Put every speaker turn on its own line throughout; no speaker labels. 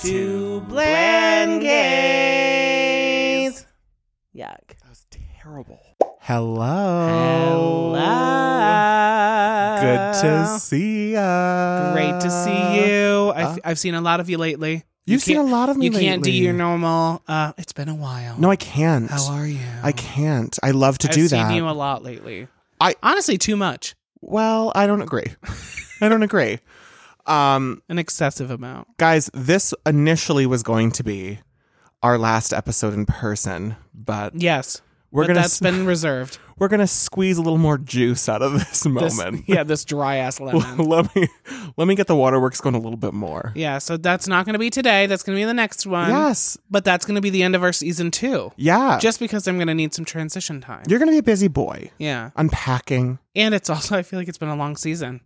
To
Blangays.
Yuck.
That was terrible. Oh.
Hello. Good to see ya. Uh.
Great to see you. I've, I've seen a lot of you lately. You
You've seen a
can't-
lot of me
You can't do
lately.
your normal. Uh, it's been a while.
No, I can't.
How are you?
I can't. I love to
I've
do
seen
that.
you a lot lately.
I-
honestly too much.
well, I don't agree. I don't agree. Um,
An excessive amount.
guys, this initially was going to be our last episode in person, but
Yes.
We're
but
gonna
that's
s-
been reserved.
we're gonna squeeze a little more juice out of this
This-
moment.
yeah, this dry ass lemon.
let me let me get the waterworks going a little bit more.
yeah, so that's not gonna be today. That's gonna be the next one.
Yes.
But that's gonna be the end of our season two.
Yeah.
Just because I'm gonna need some transition time.
Uh, You're gonna be a busy boy.
yeah.
Unpacking.
And it's also I feel like it's been a long season.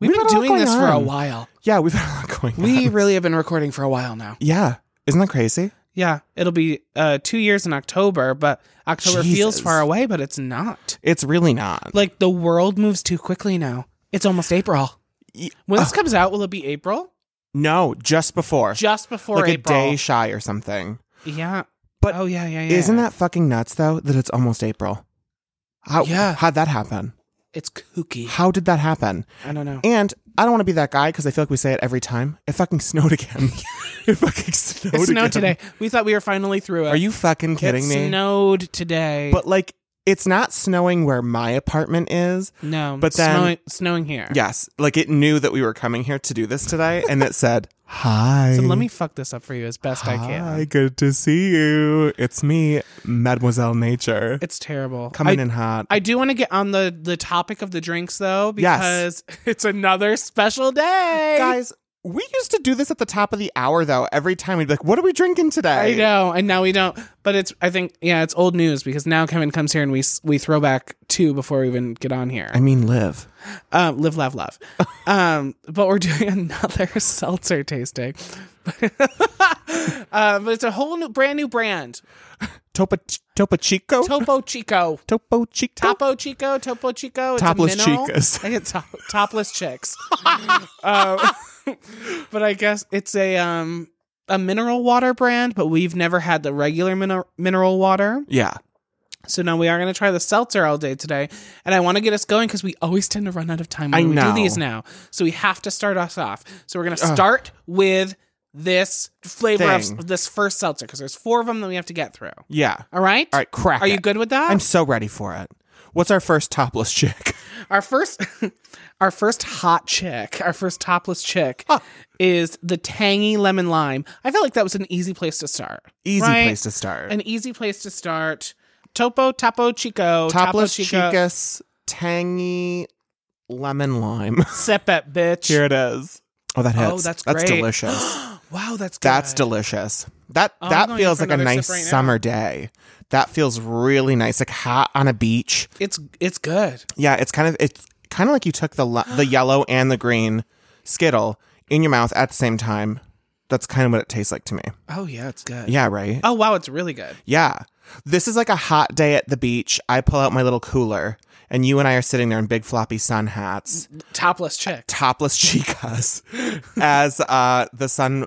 We've,
We've
been
got a lot
doing
going
this for a
on.
while.
Yeah, we've had a lot going on.
We really have been recording for a while now.
Yeah. Isn't that crazy?
Yeah, it'll be uh, two years in October, but October feels
Jesus.
far away, but it's not.
It's really not.
Like the world moves too quickly now. It's almost April.
Ye- uh,
When this comes out, will it be April?
No, just before.
Just before
like
April.
a day shy or something.
yeah.
But
oh yeah, yeah, yeah.
Isn't that fucking nuts though that it's almost April? How
Yeah.
how'd that happen?
it's kooky?
How did that happen?
I don't know.
And I don't want to be that guy because I feel like we say it every time. It fucking snowed again. it fucking snowed.
It
again.
snowed today. We thought we were finally through it.
Are you fucking kidding
it
me?
Snowed today.
But like, it's not snowing where my apartment is.
no.
but then-
snowing, snowing here.
Yes, like it knew that we were coming here to do this today, and it said hi.
So let me fuck this up for you as best I
Hi,
can.
good to see you. It's me, Mademoiselle Nature,
It's terrible.
coming
I,
in hot.
I do want to get on the the topic of the drinks though,
Yes.
because it's another special day.
Guys, we used to do this at the top of the hour, though. Every time we'd be like, "What are we drinking today?"
I know, and now we don't. But it's I think yeah, it's old news because now Kevin comes here and we s- we throw back two before we even get on here.
I mean, live.
Um, live, laugh, love. um, but we're doing another seltzer tasting. uh, but it's a whole new, brand new brand,
Topo Topo Chico.
Topo Chico.
Topo Chico.
Topo Chico, Topo Chico, it's a
Topless
mineral.
chicas.
I get top, topless chicks. um, but I guess it's a um a mineral water brand, but we've never had the regular miner- mineral water.
yeah.
So now we are going to try the seltzer all day today, and I want to get us going because we always tend to run out of time when
I
we
know.
do these now. So we have to start us off. So we're going to start with this flavor of s-
Thing.
this first seltzer because there's four of them that we have to get through.
Yeah.
All right.
All right, crack.
Are you
it.
good with that?
I'm so ready for it. What's our first topless chick?
Our first, our first hot chick, our first topless chick is the tangy lemon lime. I felt like that was an easy place to start.
Easy
right?
place to start.
An easy place to start. Topo, Topo Chico,
topless
Topo Chico.
chicas, tangy lemon lime.
Sip it, bitch.
it is. Oh, that hits.
Oh, that's
That's
great.
delicious.
wow, that's good.
that's delicious. That
Oh, I'm
that
going
feels
for
like a
another
nice
sip right now.
summer day. That feels really nice, like hot on a beach.
it's it's good.
Yeah, it's kind of it's kind of like you took the le- the yellow and the green Skittle in your mouth at the same time. That's kind of what it tastes like to me.
Oh yeah, it's good.
Yeah, right.
Oh wow, it's really good.
Yeah. This is like a hot day at the beach. I pull out my little cooler, and you and I are sitting there in big floppy sun hats,
Mm-hmm. Topless chick.
topless chicas, as uh, the sun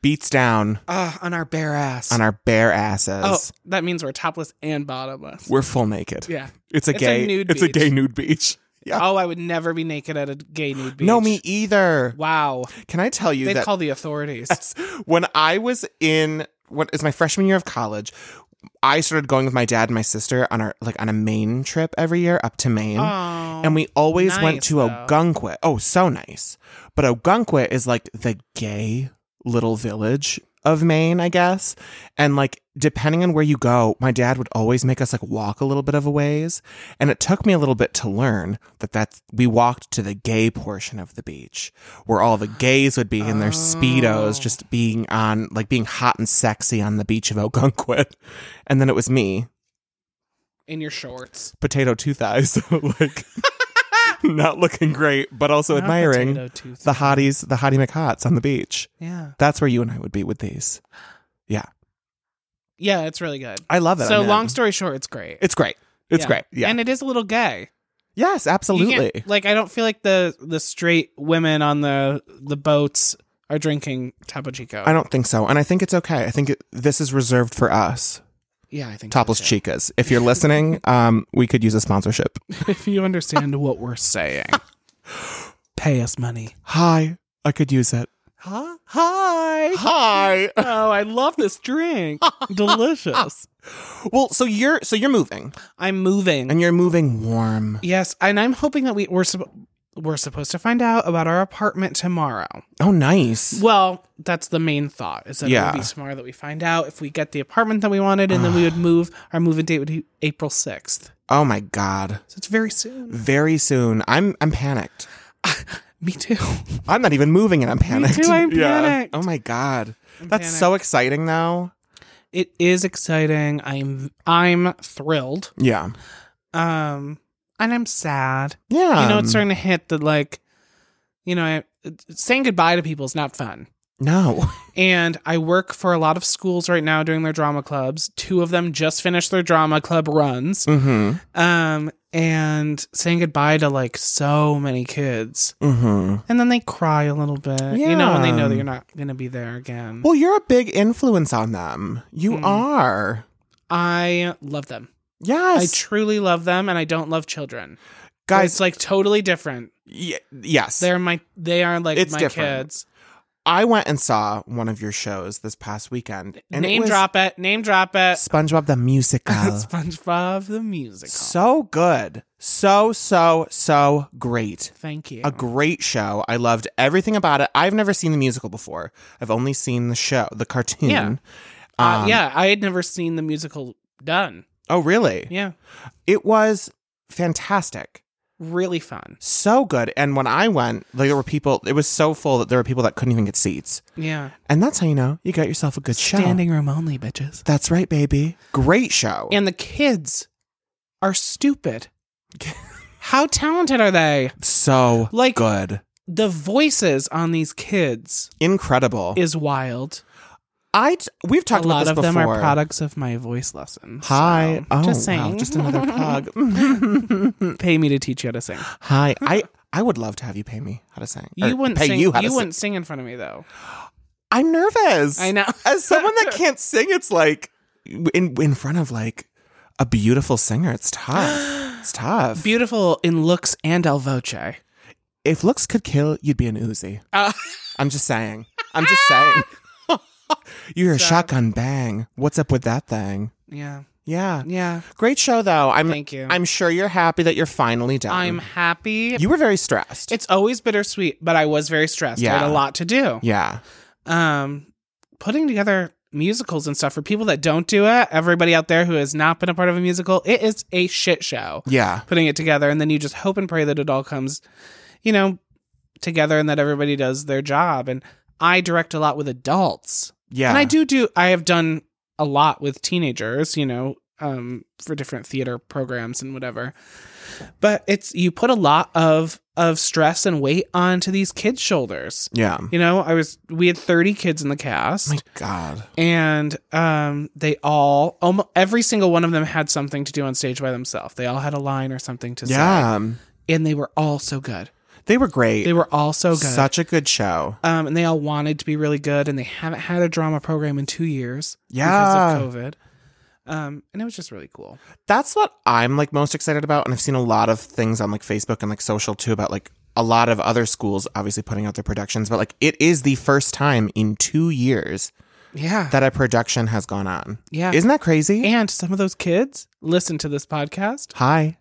beats down
Ah, on our bare ass.
on uh, our bare
oh,
asses.
that means we're topless and bottomless.
We're full naked.
yeah.
It's a
It's a
gay
nude
It's
beach.
a gay nude beach. Yeah.
Oh, I would never be naked at a gay nude beach.
No, me either.
Wow.
Can I tell you
They'd
that
call the authorities.
when I was in what is my freshman year of college, I started going with my dad and my sister on our like on a Maine trip every year up to Maine.
Oh,
and we always went
nice,
to
though.
Ogunquit. Oh, so nice. But Ogunquit is like the gay little village of Maine, I guess. And like depending on where you go, my dad would always make us like walk a little bit of a ways, and it took me a little bit to learn that that's we walked to the gay portion of the beach where all the gays would be in their speedos
Oh.
just being on like being hot and sexy on the beach of Ogunquit. And then it was me,
in your shorts.
potato two thighs, so like not looking great, but also
Not
admiring
potato tooth.
the hotties, the hottie McHots on the beach.
yeah,
That's where you and I would be with these.
yeah, it's really good.
I love it.
So
I'm in.
long story short, it's great.
It's great. It's
Yeah.
great. Yeah.
and it is a little gay.
yes,
You can't-
absolutely.
Like I don't feel like the the straight women on the the boats are drinking Topo Chico.
I don't think so. And I think it's okay. I think it, this is reserved for us,
yeah, I think so,
Topless
too.
Chicas. If you're listening, um, we could use a sponsorship.
if you understand what we're saying, pay us money.
Hi. I could use it.
Huh? Hi.
Hi.
Oh, I love this drink. Delicious.
Well, so you're so you're moving,
I'm moving.
and you're moving warm.
yes, and I'm hoping that we we're sup- we're supposed to find out about our apartment tomorrow.
Oh, nice.
Well, that's the main thought. Is that it
Yeah.
would be tomorrow that we find out if we get the apartment that we wanted, and then we would move. Our moving date would be April sixth.
Oh my god.
So it's very soon.
Very soon. I'm I'm panicked.
Me too.
I'm not even moving, and I'm panicked.
too, I'm panicked.
Oh my god. That's so exciting, though.
It is exciting. I'm I'm thrilled.
Yeah.
Um, and I'm sad.
Yeah. Um,
you know, it's starting to hit the like, you know, I, saying goodbye to people is not fun.
no.
And I work for a lot of schools right now doing their drama clubs. Two of them just finished their drama club runs.
Mm-hmm.
Um, and saying goodbye to like so many kids.
Mm-hmm.
And then they cry a little bit, you know, when they know that
Yeah.
you're not going to be there again.
Well, you're a big influence on them. You
Mm.
are.
I love them. I
Yes.
truly love them. And I don't love children. Guys,
Guys,
it's like totally different.
y- yes.
They're my, they are like
It's
my
different.
kids.
I went and saw one of your shows this past weekend. And it
name
was
drop it. Name drop it.
SpongeBob the Musical.
SpongeBob the musical.
Uh, so good. So, so, so great.
Thank you.
A great show. I loved everything about it. I've never seen the musical before. I've only seen the show, the cartoon.
Yeah. uh,
Um,
yeah, I had never seen the musical done.
Oh, really?
Yeah,
It was fantastic.
really fun.
So good. And when I went, like, there were people, it was so full that there were people that couldn't even get seats.
Yeah,
And that's how you know you got yourself a good show.
standing room only, bitches.
That's right, baby. Great show.
And the kids are stupid. How talented are they?
so
Like-
good.
The voices on these kids
Incredible.
is wild.
I t- we've Oh. talked
a lot
about this
of them
before.
are products of my voice lessons.
Hi.
so
oh,
just
wow,
saying.
just another Er, plug.
Pay me to teach you how to sing.
Hi. I I would love to have you pay me how to sing. Or
You wouldn't
pay
sing.
you how to sing.
wouldn't sing in front of me though.
I'm nervous.
I know.
As someone that can't sing, it's like in in front of like a beautiful singer. It's tough. It's tough.
Beautiful in looks and el voce.
if looks could kill, you'd be an Uzi.
Uh,
I'm just saying. I'm just saying. You're a
Sad.
shotgun bang. What's up with that thing?
yeah,
Yeah.
yeah.
Great show though. I'm
Thank you.
I'm sure you're happy that you're finally done.
I'm happy.
You were very stressed.
it's always bittersweet, but I was very stressed. I had a
Yeah.
lot to do.
yeah.
Um, putting together musicals and stuff for people that don't do it. Everybody out there who has not been a part of a musical, it is a shit show.
Yeah.
Putting it together, and then you just hope and pray that it all comes, you know, together, and that everybody does their job. And I direct a lot with adults.
Yeah.
and i do do i have done a lot with teenagers you know um for different theater programs and whatever but it's you put a lot of of stress and weight onto these kids shoulders
Yeah.
you know i was we had 30 kids in the cast
My God.
and um they all almost every single one of them had something to do on stage by themselves they all had a line or something to
Yeah.
say and they were all so good
They were great.
they were all so good
Such a good show.
um, and they all wanted to be really good, and they haven't had a drama program in two years
Yeah.
because of COVID. Um, and it was just really cool.
That's what I'm like most excited about. And I've seen a lot of things on like Facebook and like social too about like a lot of other schools obviously putting out their productions, but like it is the first time in two years
Yeah,
that a production has gone on.
yeah.
Isn't that crazy?
and some of those kids listen to this podcast,
Hi.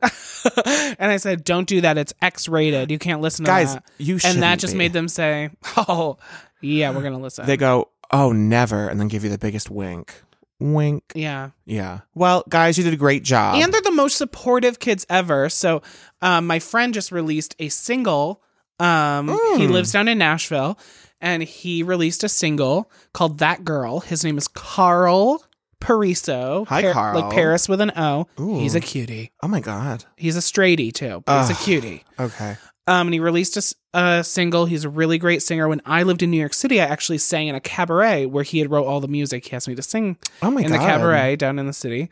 and I said, "Don't do that. It's X rated. You can't listen to
Guys,
that."
you should.
And that just made them say, "Oh, yeah, we're gonna listen."
They go, oh, never. And then give you the biggest wink. Wink.
yeah,
Yeah. Well, guys, you did a great job.
and they're the most supportive kids ever. So, um, my friend just released a single. Um, he
Mm.
lives down in Nashville, and he released a single called "That Girl." His name is Carl Pariso.
Hi, Carl.
Like Paris with an O.
Ooh.
He's a cutie.
oh my God.
He's a straighty too. But he's a
Ugh.
cutie.
Okay.
Um, and he released a, s- a single. He's a really great singer. When I lived in New York City, I actually sang in a cabaret where he had wrote all the music. He asked me to sing
Oh my
in
God.
the cabaret down in the city.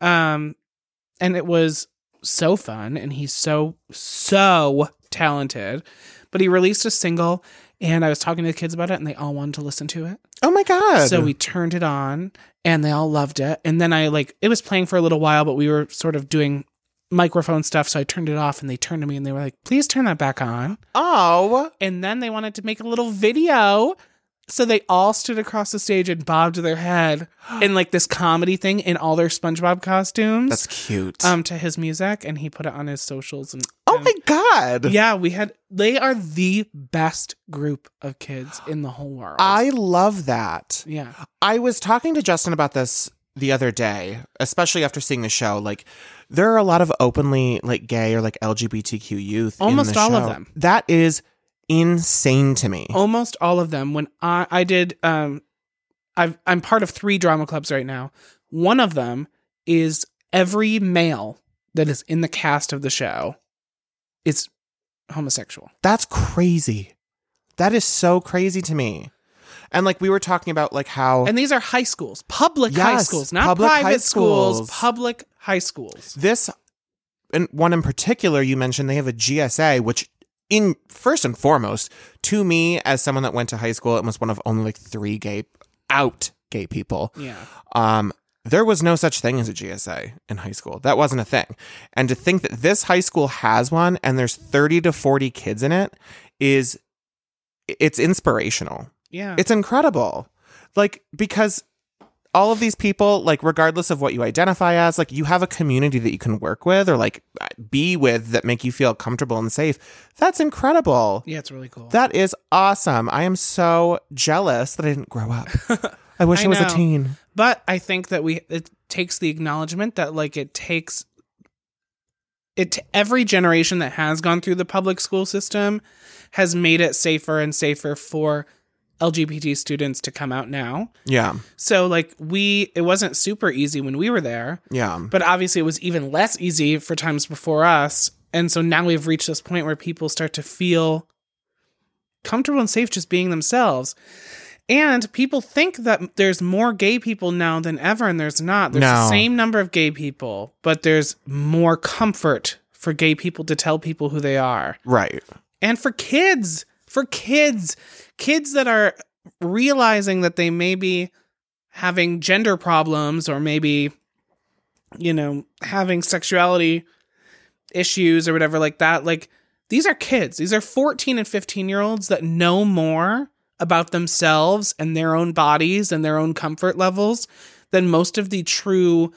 Um, and it was so fun, and he's so so talented. But he released a single, And I was talking to the kids about it, and they all wanted to listen to it.
Oh my god.
So we turned it on and they all loved it. And then I like it was playing for a little while, but we were sort of doing microphone stuff, so I turned it off and they turned to me and they were like, "Please turn that back on."
Oh.
And then they wanted to make a little video. So they all stood across the stage and bobbed their head in like this comedy thing in all their SpongeBob costumes
That's cute.
um to his music and he put it on his socials and
oh
and-
my god.
Yeah, we had they are the best group of kids in the whole world.
I love that.
yeah.
I was talking to Justin about this the other day, especially after seeing the show. Like, there are a lot of openly like gay or like LGBTQ youth. in
Almost
the
all of
show.
them. Oh.
That is insane to me.
almost all of them when i i did um i've i'm part of three drama clubs right now one of them is every male that is in the cast of the show is homosexual
That's crazy. That is so crazy to me. And like we were talking about like how
and these are high schools public high
Oh. Yes,
schools not
public high
private schools.
schools.
public high schools
this and one in particular you mentioned they have a GSA which in first and foremost to me as someone that went to high school and was one of only like 3 gay out gay people
yeah
um there was no such thing as a GSA in high school. That wasn't a thing. And to think that this high school has one and there's 30 to 40 kids in it is it's inspirational.
yeah
It's incredible. Like, because all of these people, like, regardless of what you identify as, like, you have a community that you can work with or, like, be with that make you feel comfortable and safe. That's incredible.
yeah it's really cool
That is awesome. I am so jealous that I didn't grow up. I wish
I
I, was
know.
a teen.
but i think that we it takes the acknowledgement that like it takes it every generation that has gone through the public school system has made it safer and safer for lgbt students to come out now
Yeah.
so like we it wasn't super easy when we were there
Yeah.
but obviously it was even less easy for times before us and so now we've reached this point where people start to feel comfortable and safe just being themselves and people think that there's more gay people now than ever and there's not there's the
No.
same number of gay people but there's more comfort for gay people to tell people who they are
Right.
and for kids for kids kids that are realizing that they may be having gender problems or maybe you know having sexuality issues or whatever like that like these are kids these are 14 and 15 year olds that know more about themselves and their own bodies and their own comfort levels than most of the true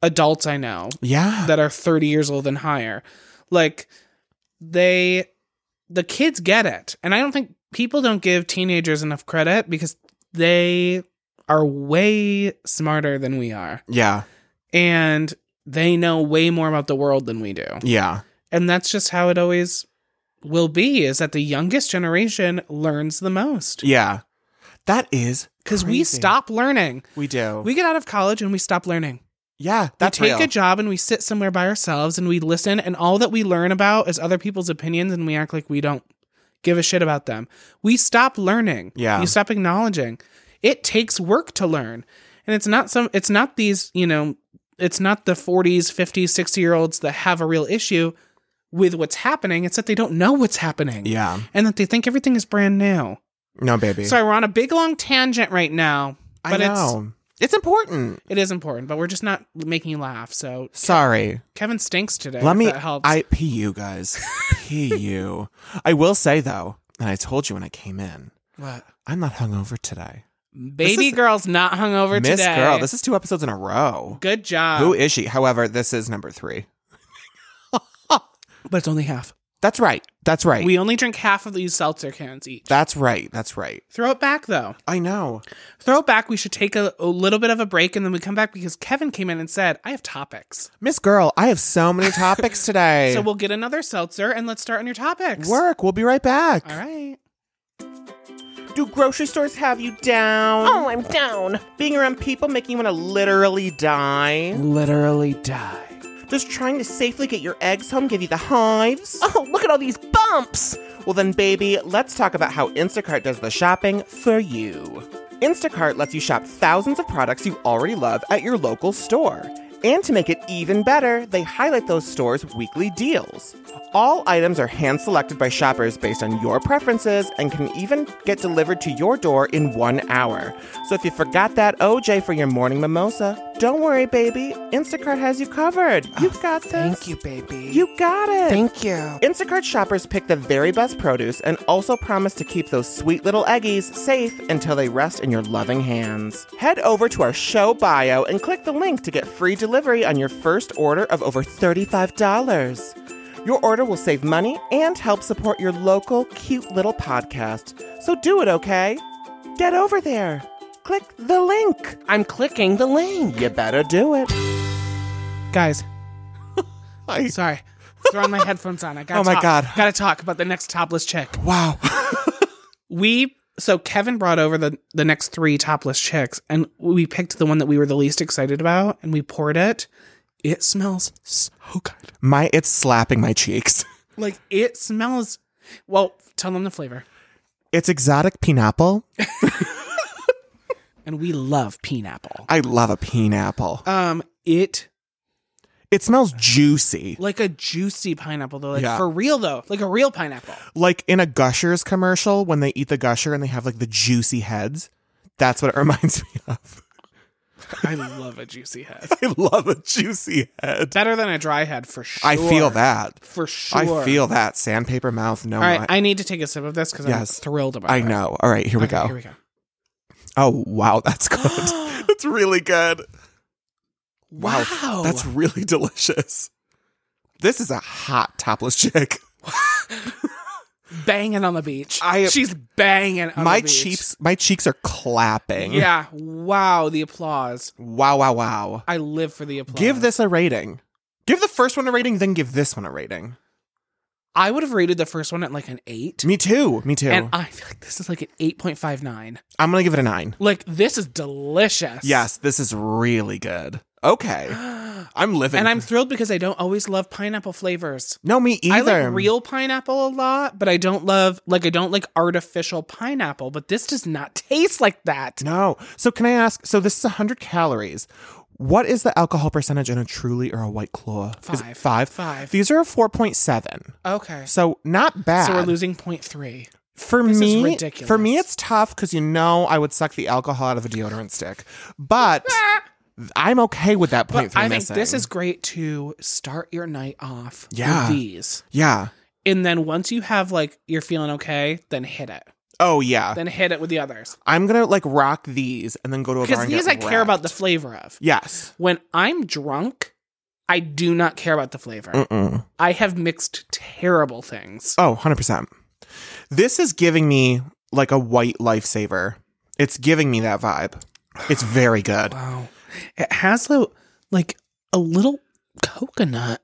adults i know
Yeah.
that are 30 years old and higher. Like they the kids get it. And I don't think people don't give teenagers enough credit because they are way smarter than we are
yeah.
and they know way more about the world than we do.
Yeah.
And that's just how it always will be is that the youngest generation learns the most
Yeah. That is
cuz we
Crazy.
stop learning.
we do.
We get out of college and we stop learning.
yeah, that's
we take
real.
a job and we sit somewhere by ourselves and we listen and all that we learn about is other people's opinions and we act like we don't give a shit about them we stop learning
Yeah.
you stop acknowledging it takes work to learn and it's not some it's not these you know it's not the 40s 50s 60 year olds that have a real issue with what's happening it's that they don't know what's happening
yeah.
and that they think everything is brand new
No, baby.
sorry we're on a big long tangent right now
I
but it's
know. It's important.
it is important but we're just not making you laugh so
Sorry.
Kevin stinks today.
Let
if
me.
That helps.
I pee you guys. pee you. I will say though, and I told you when I came in,
What?
I'm not hungover today.
Baby
is-
girl's not hungover
Miss
today.
girl, this is two episodes in a row.
Good job.
Who is she? However, this is number three.
but it's only half.
That's right. That's right.
We only drink half of these seltzer cans each.
that's right. That's right.
Throw it back though.
I know.
Throw it back. We should take a, a little bit of a break and then we come back because Kevin came in and said, I have topics.
Miss Girl, I have so many topics today.
So we'll get another seltzer and let's start on your topics.
Work. We'll be right back.
All right.
Do grocery stores have you down?
Oh, I'm down.
Being around people making you want to literally die?
Literally die.
Does trying to safely get your eggs home give you the hives?
Mm. Oh, look at all these bumps.
Well, then, baby, let's talk about how Instacart does the shopping for you. Instacart lets you shop thousands of products you already love at your local store. And to make it even better, they highlight those stores' weekly deals. All items are hand selected by shoppers based on your preferences and can even get delivered to your door in one hour. So if you forgot that OJ for your morning mimosa, don't worry, baby. Instacart has you covered. You got this.
Oh, Thank you, baby.
You got it.
Thank you.
Instacart shoppers pick the very best produce and also promise to keep those sweet little eggies safe until they rest in your loving hands. Head over to our show bio and click the link to get free delivery on your first order of over $35. Your order will save money and help support your local cute little podcast. So do it, okay? Get over there. Click the link.
I'm clicking the link.
You better do it.
Guys,
I-
sorry. Throwing my headphones on. I got
Oh my God.
Gotta talk about the next topless chick.
Wow.
We so Kevin brought over the the next three topless chicks, and we picked the one that we were the least excited about, and we poured it. It smells so good.
My it's slapping my cheeks.
Like it smells. Well, tell them the flavor.
It's exotic pineapple.
And we love pineapple.
I love a pineapple.
Um, it
It smells juicy.
like a juicy pineapple though. Like
Yeah.
for real though, like a real pineapple.
Like in a Gushers commercial when they eat the gusher and they have like the juicy heads. That's what it reminds me of.
I love a juicy head.
I love a juicy head.
Better than a dry head for sure.
I feel that.
for sure.
I feel that. Sandpaper mouth. No,
All right,
my- I,
I need to take a sip of this because
Yes.
I'm thrilled about it.
know. All right, here we
Okay,
go.
Here we go.
Oh, wow. That's good. that's really good. Wow.
Wow.
That's really delicious. This is a hot topless chick.
banging on the beach.
I-
She's banging on
my
the beach.
cheeks my cheeks are clapping.
Yeah. Wow. The applause.
Wow, wow, wow.
I live for the applause.
Give this a rating. Give the first one a rating, then give this one a rating.
I would have rated the first one at like an eight.
Me too. Me too.
And I feel like this is like an 8.59.
I'm gonna give it a nine.
Like, this is delicious.
Yes, this is really good. Okay, I'm living.
And I'm thrilled because I don't always love pineapple flavors.
no me either.
I like real pineapple a lot, but I don't love, like, I don't like artificial pineapple, but this does not taste like that.
No. So can I ask? So this is 100 calories. What is the alcohol percentage in a Truly or a White Claw? Is it
Five.
five.
Five.
These are a 4.7.
Okay.
So not bad.
So we're losing 0.3.
For
This is
me,
ridiculous.
for me, it's tough because you know I would suck the alcohol out of a deodorant stick, but I'm okay with that point.
But
three
I
missing.
think this is great to start your night off
Yeah.
with these.
yeah.
And then once you have like you're feeling okay, then hit it.
Oh yeah.
Then hit it with the others.
I'm gonna like rock these and then go to a bar
Because
and
these I
get
care about the
oh, wrecked.
flavor of.
yes.
When I'm drunk, I do not care about the flavor.
Mm-mm.
I have mixed terrible things.
Oh, 100%. This is giving me like a white lifesaver. It's giving me that vibe. It's very good.
Wow. It has a, like a little coconut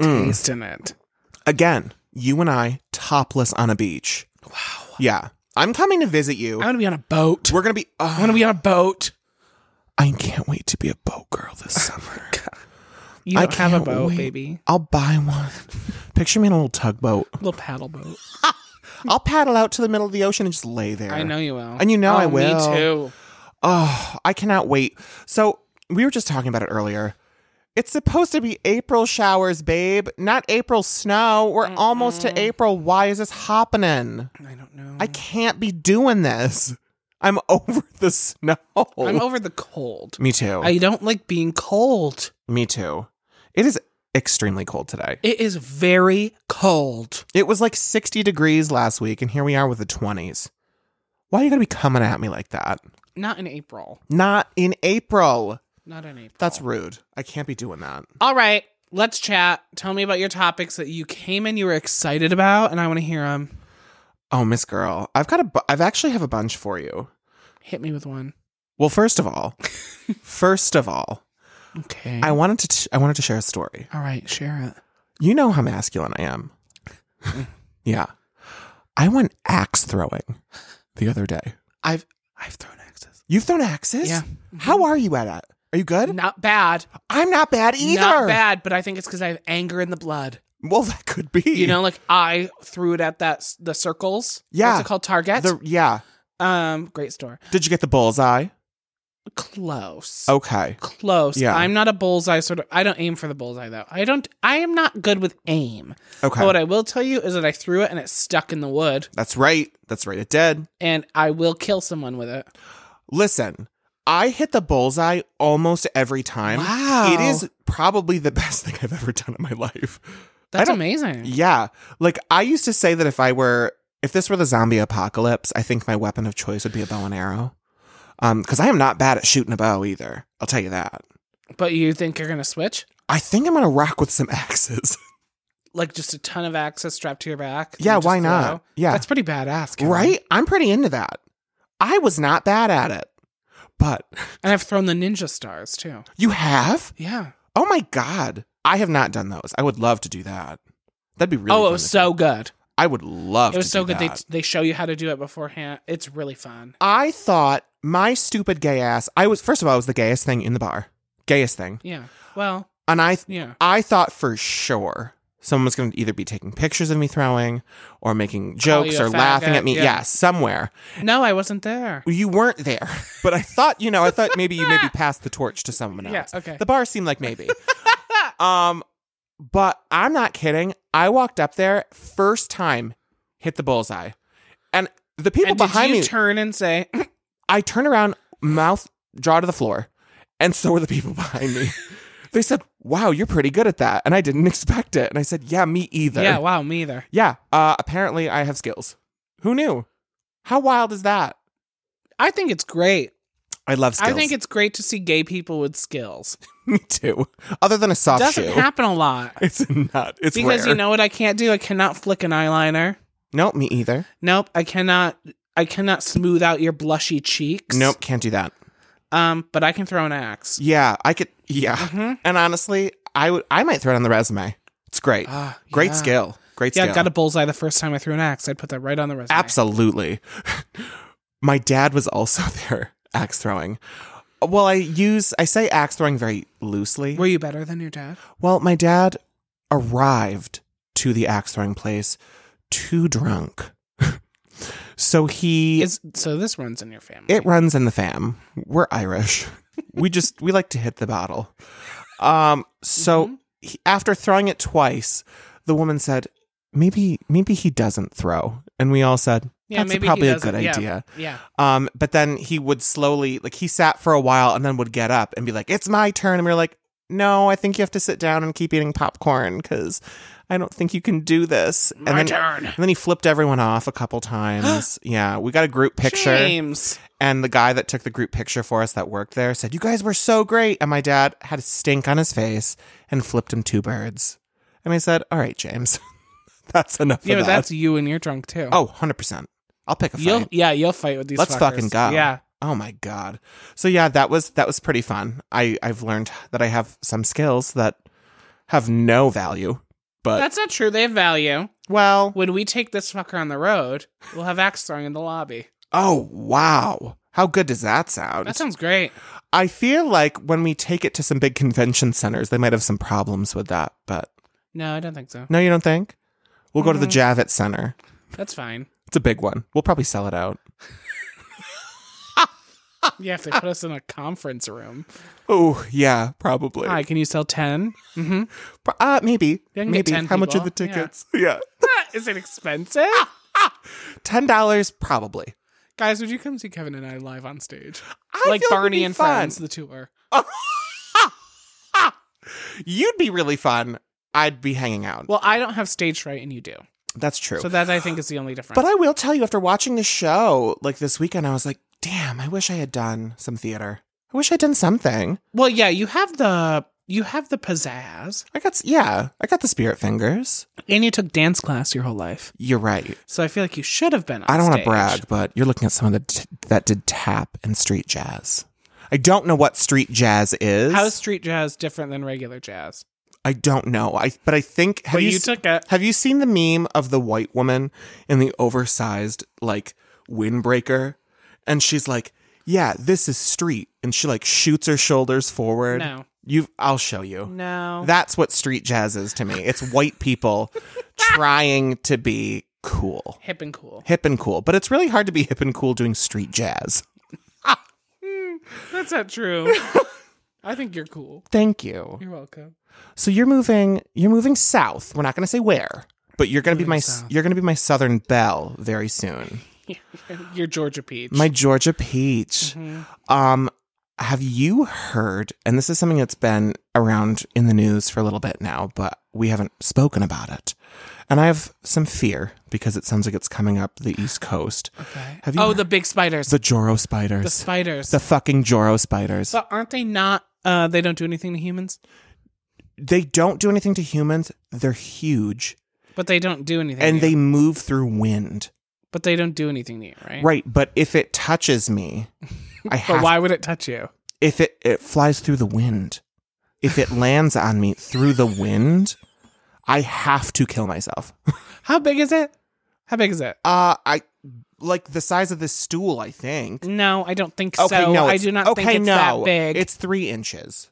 Mm.
taste in it.
Again, you and I topless on a beach.
Wow.
Yeah. I'm coming to visit you.
I want to be on a boat.
We're going to be. uh,
I want to be on a boat.
I can't wait to be a boat girl this summer.
You
I
don't have a
can't
boat,
wait.
baby.
I'll buy one. Picture me in a little tugboat.
Little paddle boat.
I'll paddle out to the middle of the ocean and just lay there.
I know you will.
And you know
Oh,
I will.
Me too.
Oh, I cannot wait. So we were just talking about it earlier. It's supposed to be April showers, babe, not April snow. We're almost to April. Why is this happening?
I don't know.
I can't be doing this. I'm over the snow.
I'm over the cold.
Me too.
I don't like being cold.
Me too. It is extremely cold today.
It is very cold.
It was like 60 degrees last week, and here we are with the 20s. Why are you going to be coming at me like that?
Not in April.
Not in April.
Not in April.
That's rude. I can't be doing that.
all right. Let's chat. Tell me about your topics that you came in you were excited about, and I want to hear them.
Oh, Miss Girl, I've got a. Bu- I've actually have a bunch for you.
Hit me with one.
Well, first of all, first of all,
Okay.
I wanted to. T- I wanted to share a story.
all right. Share it.
You know how masculine I am. yeah, I went axe throwing the other day.
I've I've thrown axes.
You've thrown axes.
Yeah. Mm-hmm.
How are you at it? Are you good?
Not bad.
I'm not bad either.
Not bad, but I think it's because I have anger in the blood.
Well, that could be.
You know, like I threw it at that s- the circles.
Yeah.
What's it called? Target.
The, yeah.
um, great store.
Did you get the bullseye?
Close.
Okay.
Close.
Oh, Yeah.
I'm not a bullseye sort of. I don't aim for the bullseye though. I don't. I am not good with aim.
Okay.
But what I will tell you is that I threw it and it stuck in the wood,
That's right. That's right. It did.
and I will kill someone with it.
Listen, I hit the bullseye almost every time.
Wow.
It is probably the best thing I've ever done in my life.
That's
don't-
amazing.
Yeah. Like I used to say that if I were if this were the zombie apocalypse, I think my weapon of choice would be a bow and arrow. Um, because I am not bad at shooting a bow either. I'll tell you that.
But you think you're gonna switch?
I think I'm gonna rock with some axes.
Like just a ton of axes strapped to your back? that
yeah,
you just
why not?
throw?
Yeah.
That's pretty badass, Kevin.
right? I'm pretty into that. I was not bad at it. But
And I've thrown the ninja stars too.
you have?
Yeah.
Oh my god. I have not done those. I would love to do that. That'd be really
oh, it
fun
was
to
so good.
do. I would love
It was
to
so
do
good. They,
that.
they show you how to do it beforehand. It's really fun.
I thought my stupid gay ass. I was first of all, I was the gayest thing in the bar, gayest thing,
Yeah. Well,
and I
yeah.
I thought for sure someone was going to either be taking pictures of me throwing or making
Call you
jokes
a
or
faggot,
laughing at me.
yeah.
Yeah. somewhere
No, I wasn't there.
you weren't there, but I thought you know I thought maybe you maybe passed the torch to someone else.
Yeah. Okay.
The bar seemed like maybe. um, but I'm not kidding. I walked up there first time, hit the bullseye, and the people
and
behind
did you
me
turn and say,
I turn around, mouth jaw to the floor, and so are the people behind me. they said, "Wow, you're pretty good at that," and I didn't expect it. And I said, "Yeah, me either."
"Yeah, wow, me either."
yeah. Uh, apparently, I have skills. Who knew? How wild is that?
I think it's great.
I love skills.
I think it's great to see gay people with skills.
me too. Other than a soft
Doesn't
shoe,
happen a lot
it's not. It's
because
rare.
you know what I can't do. I cannot flick an eyeliner.
Nope, me either.
Nope, I cannot. I cannot smooth out your blushy cheeks.
Nope, can't do that.
Um, but I can throw an axe.
Yeah, I could. Yeah,
Mhm.
and honestly, I would. I might throw it on the resume. It's great.
Ah,
great
yeah.
skill. Great
Yeah,
skill.
I got a bullseye the first time I threw an axe. I'd put that right on the resume.
Absolutely. My dad was also there axe throwing. Well, I use I say axe throwing very loosely.
Were you better than your dad?
Well, my dad arrived to the axe throwing place too drunk. so he
Is so this runs in your family.
it runs in the fam. We're Irish. we just we like to hit the bottle. Um
Mm-hmm.
so he, after throwing it twice, the woman said, "Maybe maybe he doesn't throw." And we all said,
Yeah,
"That's
maybe he
probably a
doesn't.
good
Yeah.
idea."
yeah.
Um, but then he would slowly, like, he sat for a while and then would get up and be like, "It's my turn," and we were like, "No, I think you have to sit down and keep eating popcorn because I don't think you can do this." And
My
then,
turn.
and then he flipped everyone off a couple times. yeah, we got a group picture,
James.
and the guy that took the group picture for us that worked there said, "You guys were so great," and my dad had a stink on his face and flipped him two birds. And I said, "All right, James, that's enough
Yeah,
of
but
that."
that's you and you're drunk too.
Oh, 100 percent. I'll pick a fight.
you'll yeah, you'll fight with these.
Let's
fuckers.
fucking go.
Yeah,
Oh my god. So yeah, that was that was pretty fun. I I've learned that I have some skills that have no value, but
that's not true. They have value.
well,
When we take this fucker on the road, we'll have axe throwing in the lobby.
oh wow. How good does that sound?
That sounds great.
I feel like when we take it to some big convention centers, they might have some problems with that, but
No, I don't think so.
no, you don't think? We'll go to the
Mm-hmm.
Javits Center.
That's fine.
It's a big one. We'll probably sell it out.
Yeah, if they put us in a conference room.
Oh, yeah, probably.
Hi, can you sell 10? Mm-hmm.
Pro- Uh, maybe.
can get
Maybe.
10
How much are
people.
the
Yeah.
tickets? Yeah.
Is it expensive?
$10 probably.
Guys, would you come see Kevin and I live on stage?
I
like
feel it'd
Barney
be
and
fun.
Friends, the tour.
You'd be really fun. I'd be hanging out.
Well, I don't have stage fright and you do.
That's true.
So that I think is the only difference.
but I will tell you, after watching the show, like this weekend, I was like, damn, I wish I had done some theater. I wish I'd done something.
well, yeah, you have the you have the pizzazz
I got, s- yeah, I got the spirit fingers.
and you took dance class your whole life.
You're right.
So I feel like you should have been on
I don't want to brag,
stage.
but you're looking at someone that, t- that did tap and street jazz. I don't know what street jazz is.
How is street jazz different than regular jazz?
I don't know. I but I think have
But you,
s-
took it.
Have you seen the meme of the white woman in the oversized like windbreaker? And she's like, "Yeah, this is street." And she like shoots her shoulders forward.
No.
You I'll show you.
No.
That's what street jazz is to me. It's white people trying to be cool.
Hip and cool.
Hip and cool. But it's really hard to be hip and cool doing street jazz.
That's not true. I think you're cool.
Thank you.
You're welcome.
So you're moving you're moving south. We're not going to say where, but you're going to be
Moving
my
south.
you're going to be my southern belle very soon.
You're Georgia Peach.
My Georgia peach.
Mhm.
Um have you heard and this is something that's been around in the news for a little bit now, but we haven't spoken about it. And I have some fear because it sounds like it's coming up the east coast.
Okay.
Have you
Oh,
heard-
the big spiders.
The Joro spiders.
The spiders.
the fucking Joro spiders.
but aren't they not? Uh, they don't do anything to humans,
They don't do anything to humans. They're huge
but they don't do anything.
and
to you.
they move through wind.
but they don't do anything to you, right?
Right, but if it touches me, I
But
have
why would it touch you?
if it it flies through the wind. If it lands on me through the wind, I have to kill myself.
How big is it? How big is it?
Uh I like the size of this stool, I think.
No, I don't think
Okay,
so.
no,
I
it's-
do not
okay,
think it's
no,
that big.
It's three inches,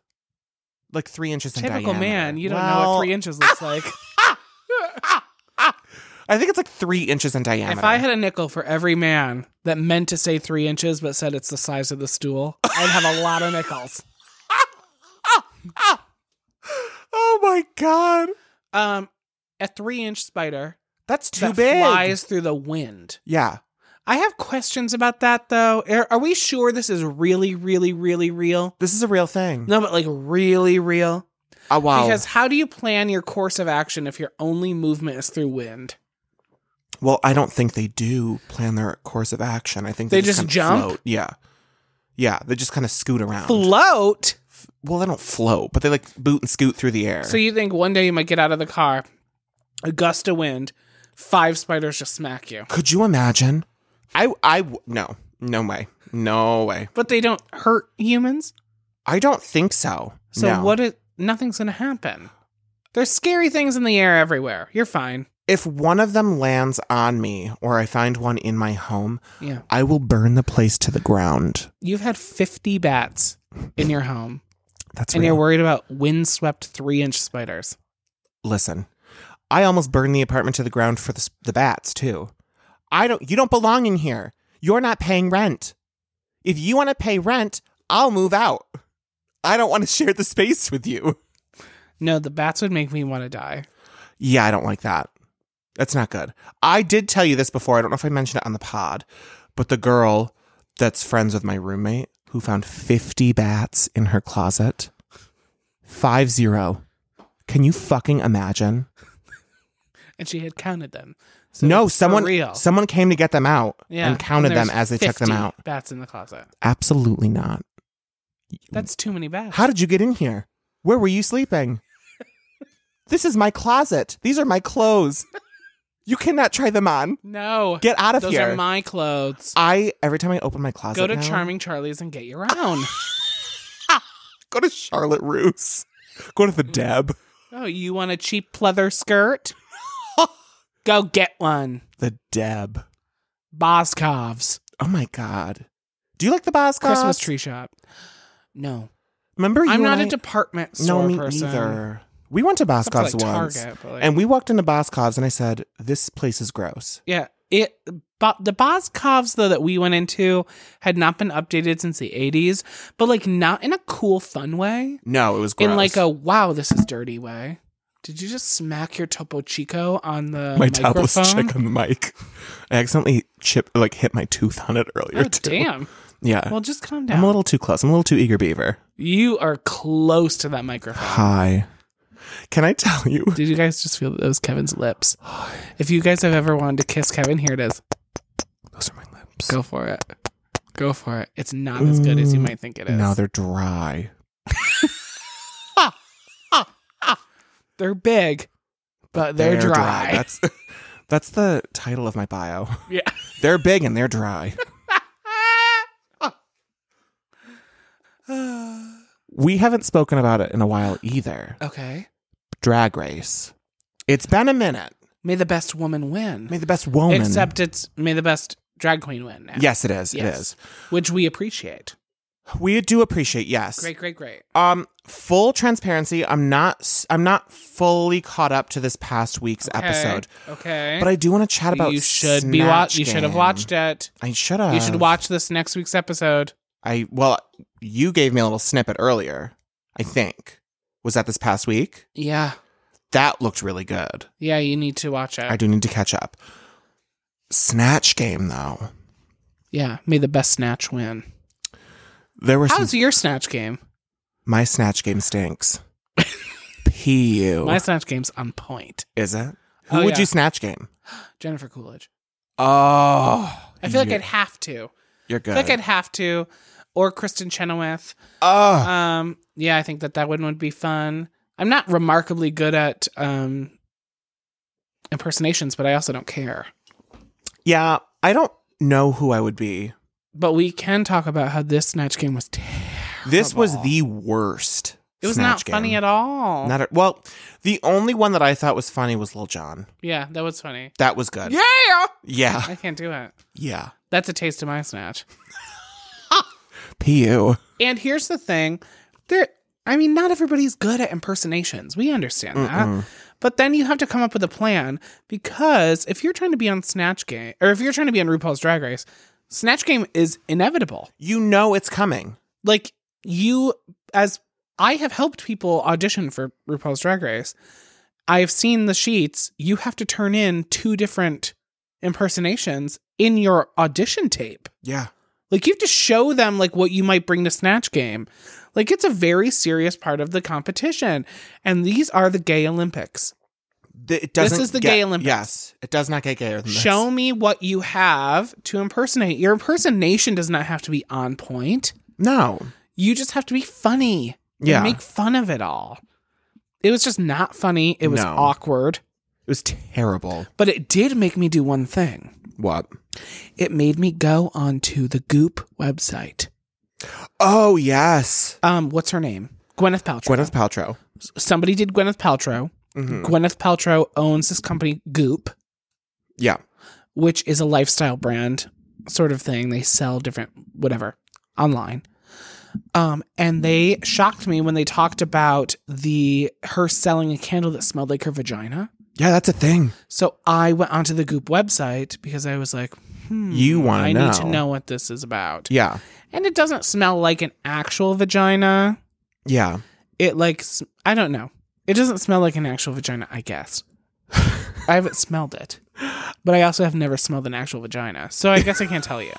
like three inches in
typical
diameter.
man. You don't know
Well,
what three inches looks like.
I think it's like three inches in diameter.
If I had a nickel for every man that meant to say three inches but said it's the size of the stool, I'd have a lot of nickels.
oh my god,
Um, a three-inch spider
that's too
that
big.
flies through the wind.
Yeah,
I have questions about that though. Are, are we sure this is really, really, really real?
this is a real thing.
No, but like really real.
Oh wow.
Because how do you plan your course of action if your only movement is through wind?
Well, I don't think they do plan their course of action. I think they,
They just
kinda
jump?
Float. Yeah, yeah, they just kind of scoot around.
Float.
well, they don't float, but they like boot and scoot through the air.
So you think one day you might get out of the car, a gust of wind, five spiders just smack you.
Could you imagine? I, I, w- no, no way, no way.
But they don't hurt humans.
I don't think so.
So
No.
what is nothing's gonna happen. There's scary things in the air everywhere. You're fine.
if one of them lands on me, or I find one in my home?
Yeah.
I will burn the place to the ground.
You've had fifty bats in your home.
That's
and
real.
you're worried about windswept three inch spiders.
listen. I almost burned the apartment to the ground for the, s- the bats too. I don't. You don't belong in here. You're not paying rent. If you want to pay rent, I'll move out. I don't want to share the space with you.
No, the bats would make me want to die.
Yeah, I don't like that. That's not good. I did tell you this before. I don't know if I mentioned it on the pod, but the girl that's friends with my roommate who found 50 bats in her closet. Five zero. Can you fucking imagine?
And she had counted them. So
no,
it's for
someone
real.
someone came to get them out and counted them as
there's
they checked them
50
out.
Bats in the closet.
Absolutely not.
That's too many bats.
How did you get in here? Where were you sleeping? this is my closet. These are my clothes. You cannot try them on.
no.
Get out of
Those
here.
are my clothes.
I every time I open my closet,
Go to
now,
Charming Charlie's and get your own.
Go to Charlotte Roos. Go to the Deb.
oh, you want a cheap pleather skirt? Go get one.
The Deb.
Boscov's
Oh my God. Do you like the Boscovs?
Christmas tree shop. No,
Remember you
I'm not
and
a
I-
department store
No, me
person.
neither. We went to
Except for,
Boscovs
like,
once,
Target, but, like-
and we walked into Boscovs, and I said, "This place is gross."
Yeah. It but the Boscovs though that we went into had not been updated since the 80s, but like not in a cool fun way,
No, it was gross.
in like a wow this is dirty way. Did you just smack your Topo Chico on the
my topless
microphone?
chick on the mic. I accidentally chip like hit my tooth on it
Oh,
earlier. too.
damn.
Yeah,
Well, just calm
I'm
down.
a little too close. I'm a little too eager, Beaver.
you are close to that microphone.
Hi. Can I tell you?
Did you guys just feel those Kevin's lips? If you guys have ever wanted to kiss Kevin, here it is.
Those are my lips.
Go for it. Go for it. It's not as good as you might think it is.
No, they're dry.
they're big, but they're, dry.
That's that's the title of my bio.
Yeah.
They're big and they're dry. we haven't spoken about it in a while either.
Okay.
Drag race. It's been a minute.
May the best woman win.
May the best woman.
Except it's may the best drag queen win. Now,
yes, it is. It
Yes.
is.
Which we appreciate.
We do appreciate. Yes.
Great, great, great.
Um, full transparency. I'm not. s- I'm not fully caught up to this past week's
Okay.
episode,
Okay.
but I do want to chat about.
you should be watch.
Snatch
You should have
Game.
watched it.
I should have.
You should watch this next week's episode.
I well, you gave me a little snippet earlier. I think was that this past week.
Yeah.
That looked really good.
Yeah, you need to watch it.
I do need to catch up. Snatch Game though,
yeah, may the best snatch win.
there were some.
How's your snatch game?
my Snatch Game stinks. Pu
My snatch game's on point.
is it? Who
Oh,
would
yeah.
you Snatch Game?
Jennifer Coolidge.
Oh,
I feel like
you're,
I'd have to.
you're
I
good.
feel like I'd have to. Or Kristen Chenoweth.
oh,
Um, yeah, I think that that one would be fun. I'm not remarkably good at um impersonations, but I also don't care.
yeah. I don't know who I would be.
But we can talk about how this snatch game was terrible.
This was the worst.
It was
Snatch
not funny
Game.
at all.
Not at, well, the only one that I thought was funny was Lil Jon.
yeah, that was funny.
That was good.
Yeah,
Yeah.
I can't do it.
Yeah.
That's a taste of my snatch.
PU.
And here's the thing there, I mean, not everybody's good at impersonations. We understand that. But then you have to come up with a plan because if you're trying to be on Snatch Game or if you're trying to be on RuPaul's Drag Race, Snatch Game is inevitable.
You know it's coming.
Like, you, as I have helped people audition for RuPaul's Drag Race, I have seen the sheets. You have to turn in two different impersonations in your audition tape.
Yeah.
Like you have to show them like what you might bring to snatch game. Like it's a very serious part of the competition. And these are the gay Olympics.
it doesn't
is the
get-
gay Olympics.
Yes. It does not get gayer than this.
Show me what you have to impersonate. Your impersonation does not have to be on point.
No.
You just have to be funny. and
Yeah.
Make fun of it all. It was just not funny. It was
No.
awkward.
It was terrible.
But it did make me do one thing.
What?
It made me go onto the Goop website.
Oh, yes.
Um, what's her name? Gwyneth Paltrow.
Gwyneth Paltrow.
somebody did Gwyneth Paltrow.
Mhm.
Gwyneth Paltrow owns this company, Goop,
Yeah.
which is a lifestyle brand sort of thing. They sell different whatever online. Um, and they shocked me when they talked about the her selling a candle that smelled like her vagina.
Yeah, that's a thing.
So I went onto the Goop website because I was like, hmm,
You wanna
I need to
know.
know what this is about.
Yeah.
And it doesn't smell like an actual vagina.
Yeah.
it like sm- I don't know. It doesn't smell like an actual vagina, I guess. I haven't smelled it, but I also have never smelled an actual vagina, so I guess I can't tell you.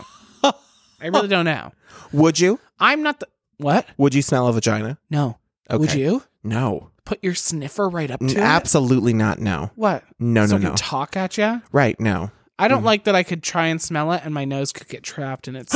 I really don't know.
Would you?
I'm not the what?
Would you smell a vagina?
No. Would
Okay.
you
No.
put your sniffer right up to
N-
it?
absolutely not. No.
What?
No,
so
no,
it
no.
could talk at you.
right. No.
I don't like that I could try and smell it and my nose could get trapped in its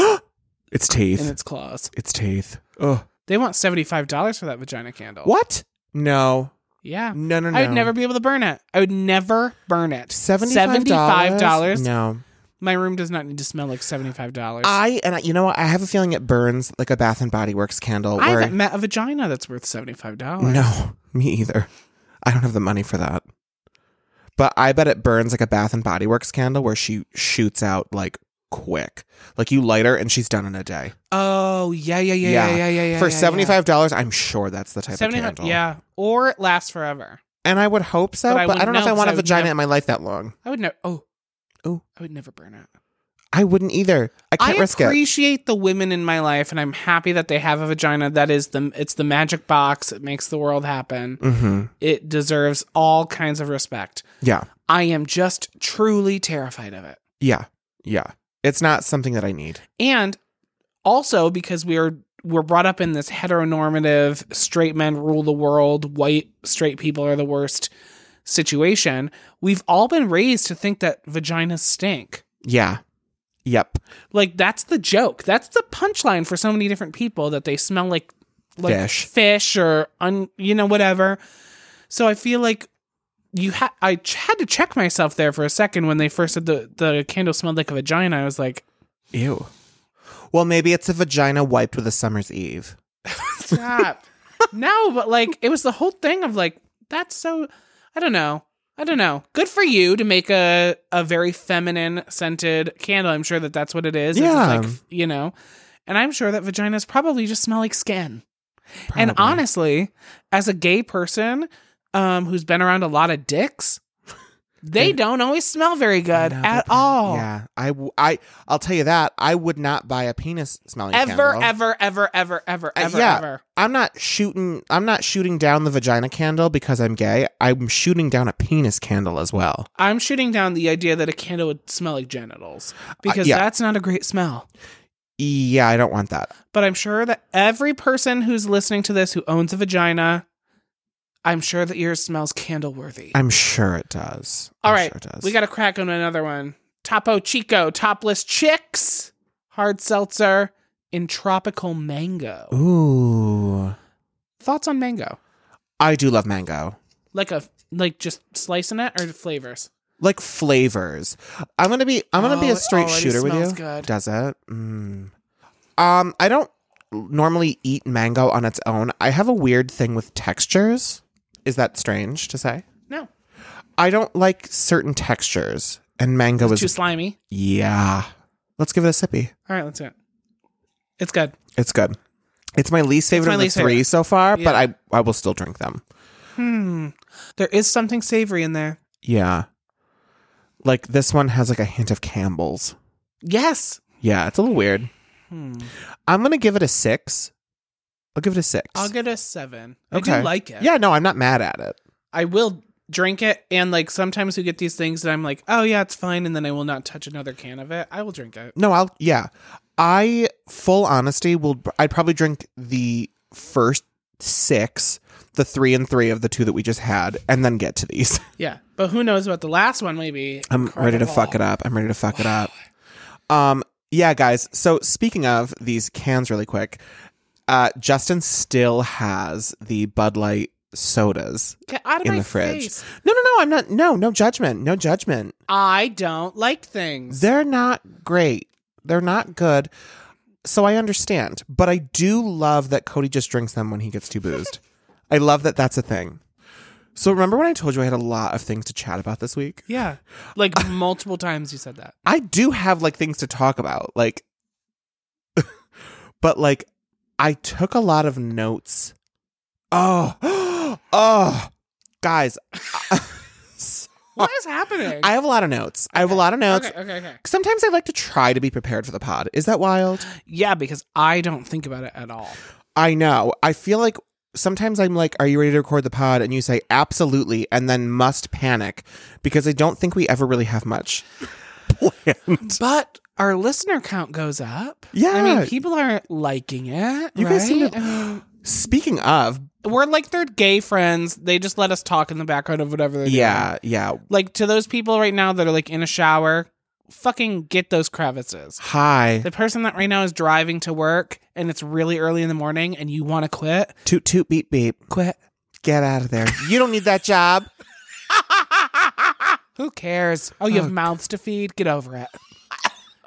It's
in
teeth.
its claws.
It's teeth. Ugh.
They want seventy five dollars for that vagina candle.
What? No.
Yeah.
No, no, no.
I would never be able to burn it. I would never burn it.
$75?
$75?
No.
My room does not need to smell like seventy-five dollars. I,
I and I, you know what? I have a feeling it burns like a Bath and Body Works candle. where-
haven't met a vagina that's worth seventy-five dollars.
no, me either. I don't have the money for that. But I bet it burns like a Bath and Body Works candle where she shoots out like quick. Like you light her and she's done in a day.
Oh yeah, yeah, yeah, yeah,
Yeah.
yeah, yeah. yeah,
for
yeah, yeah.
$75, I'm sure that's the type of
Seventy-five.
candle.
Yeah, or it lasts forever.
And I would hope so,
But
but
I
I,
wouldn't
don't know, if
know
I
'cause
want
I
a
would
vagina
never-
in my life that long.
I would never. Oh,
Ooh.
I would never burn it.
I wouldn't either. I can't
I
risk it.
appreciate the women in my life, and I'm happy that they have a vagina. That is the it's the magic box. It makes the world happen.
Mm-hmm.
It deserves all kinds of respect.
Yeah.
I am just truly terrified of it.
Yeah. Yeah. It's not something that I need.
and also because we're we're brought up in this heteronormative straight men rule the world white straight people are the worst situation we've all been raised to think that vaginas stink
Yeah. Yep.
like that's the joke that's the punchline for so many different people that they smell like like
Fish.
fish or un, you know whatever so i feel like you had i ch- had to check myself there for a second when they first said the the candle smelled like a vagina i was like
Ew. Well, maybe it's a vagina wiped with a summer's eve.
Stop. no, but like it was the whole thing of like that's so I don't know. I don't know. Good for you to make a a very feminine scented candle. I'm sure that that's what it is. It's
Yeah.
like, you know. And I'm sure that vaginas probably just smell like skin. And
Probably.
honestly, as a gay person um who's been around a lot of dicks, They don't always smell very good at all.
Yeah, I, w- I, I'll tell you that I would not buy a penis smelling
Ever,
candle.
ever, ever, ever, ever,
Uh,
ever,
yeah.
ever.
I'm not shooting. I'm not shooting down the vagina candle because I'm gay. I'm shooting down a penis candle as well.
I'm shooting down the idea that a candle would smell like genitals because
yeah.
that's not a great smell.
Yeah, I don't want that.
But I'm sure that every person who's listening to this who owns a vagina, I'm sure that yours smells candle worthy.
I'm sure it does.
All
I'm
right,
sure it does.
we got to crack on another one. Topo Chico, topless chicks, hard seltzer, and tropical mango.
Ooh,
Thoughts on mango?
I do love mango.
Like a like just slicing it or flavors?
Like flavors. I'm gonna be. I'm gonna be
Oh,
a
it
straight
already
shooter with
smells
you.
good.
Does it? Mm. Um, I don't normally eat mango on its own. I have a weird thing with textures. Is that strange to say?
No,
I don't like certain textures, and mango
too
is
slimy.
Yeah. Let's give it a sippy.
All right, let's do it. It's good.
It's good. It's my least favorite
my
of the
least
three
favorite.
so far, but
Yeah.
I, I will still drink them.
Hmm. There is something savory in there.
Yeah. Like this one has like a hint of Campbell's.
Yes.
Yeah, it's a little weird.
Hmm.
I'm gonna give it a six. I'll give it a 6
I'll get a seven. I
Okay.
do like it.
yeah, no, I'm not mad at it.
I will drink it, and like sometimes we get these things that I'm like, oh yeah, it's fine, and then I will not touch another can of it. I will drink it.
No, I'll yeah. I full honesty will I'd probably drink the first six, the three and three of the two that we just had, and then get to these.
Yeah, but who knows about the last one? Maybe
I'm ready to fuck it up. I'm ready to fuck it up. Um, yeah, guys. So speaking of these cans, really quick, uh, Justin still has the Bud Light sodas
Get out of
in
my
the fridge.
face.
No, no, no. I'm not. No, no judgment. No judgment.
I don't like things.
They're not great. They're not good. So I understand, but I do love that Cody just drinks them when he gets too boozed. I love that that's a thing. So remember when I told you I had a lot of things to chat about this week?
yeah, like multiple times you said that.
I do have like things to talk about, like, but like, I took a lot of notes. Oh, oh, guys,
What is happening?
I have a lot of notes. I have a lot of notes.
okay, okay, okay.
Sometimes I like to try to be prepared for the pod. Is that wild?
Yeah, because I don't think about it at all.
I know. I feel like sometimes I'm like, "Are you ready to record the pod?" And you say, "Absolutely," and then must panic because I don't think we ever really have much planned.
But our listener count goes up. I
Yeah.
mean, people aren't liking it.
You guys seem
right?
to-
I mean,
Speaking of,
we're like their gay friends. They just let us talk in the background of whatever they're doing.
yeah, yeah,
Like to those people right now that are like in a shower, fucking get those crevices.
hi.
The person that right now is driving to work and it's really early in the morning and you want to quit,
Toot toot beep beep.
quit.
Get out of there. You don't need that job.
Who cares? Oh, you have mouths to feed? Get over it.